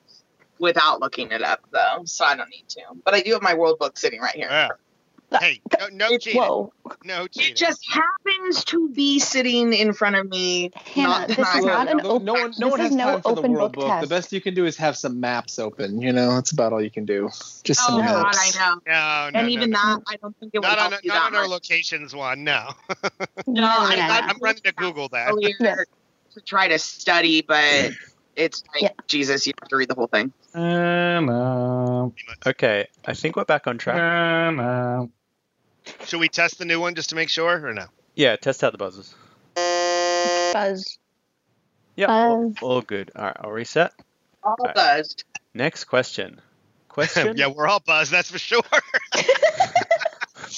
Without looking it up though, so I don't need to. But I do have my world book sitting right here.
Yeah. Hey, no, no cheating.
Whoa.
No
It
cheating.
just happens to be sitting in front of me.
Hannah,
not
this
behind
is not
me.
an
no, no
open-
one, no
this
one
is
has
no
time for the
open
world
book
book. The
test.
best you can do is have some maps open. You know, that's about all you can do. Just
Oh
some
God,
maps.
I know.
No, no, no,
and even
no.
that, I don't think it would
Not
help
on, a-
you
not
that
on our
much.
locations one. No,
No,
I
no, no,
got-
no.
I'm running to Google that.
earlier
Yes.
to try to study, but it's like
Yeah.
Jesus, you have to read the whole thing.
Um,
Okay, I think we're back on track.
um,
Should we test the new one just to make sure, or no?
Yeah, test out the buzzers.
Buzz.
Yeah, all,
Buzz.
all good. All right, I'll reset.
All
Alright.
buzzed.
Next question. Question.
yeah, we're all buzzed. That's for sure.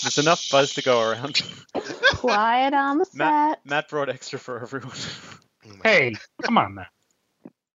There's enough buzz to go around.
Quiet on the set.
Matt brought extra for everyone.
Oh
hey, come on now.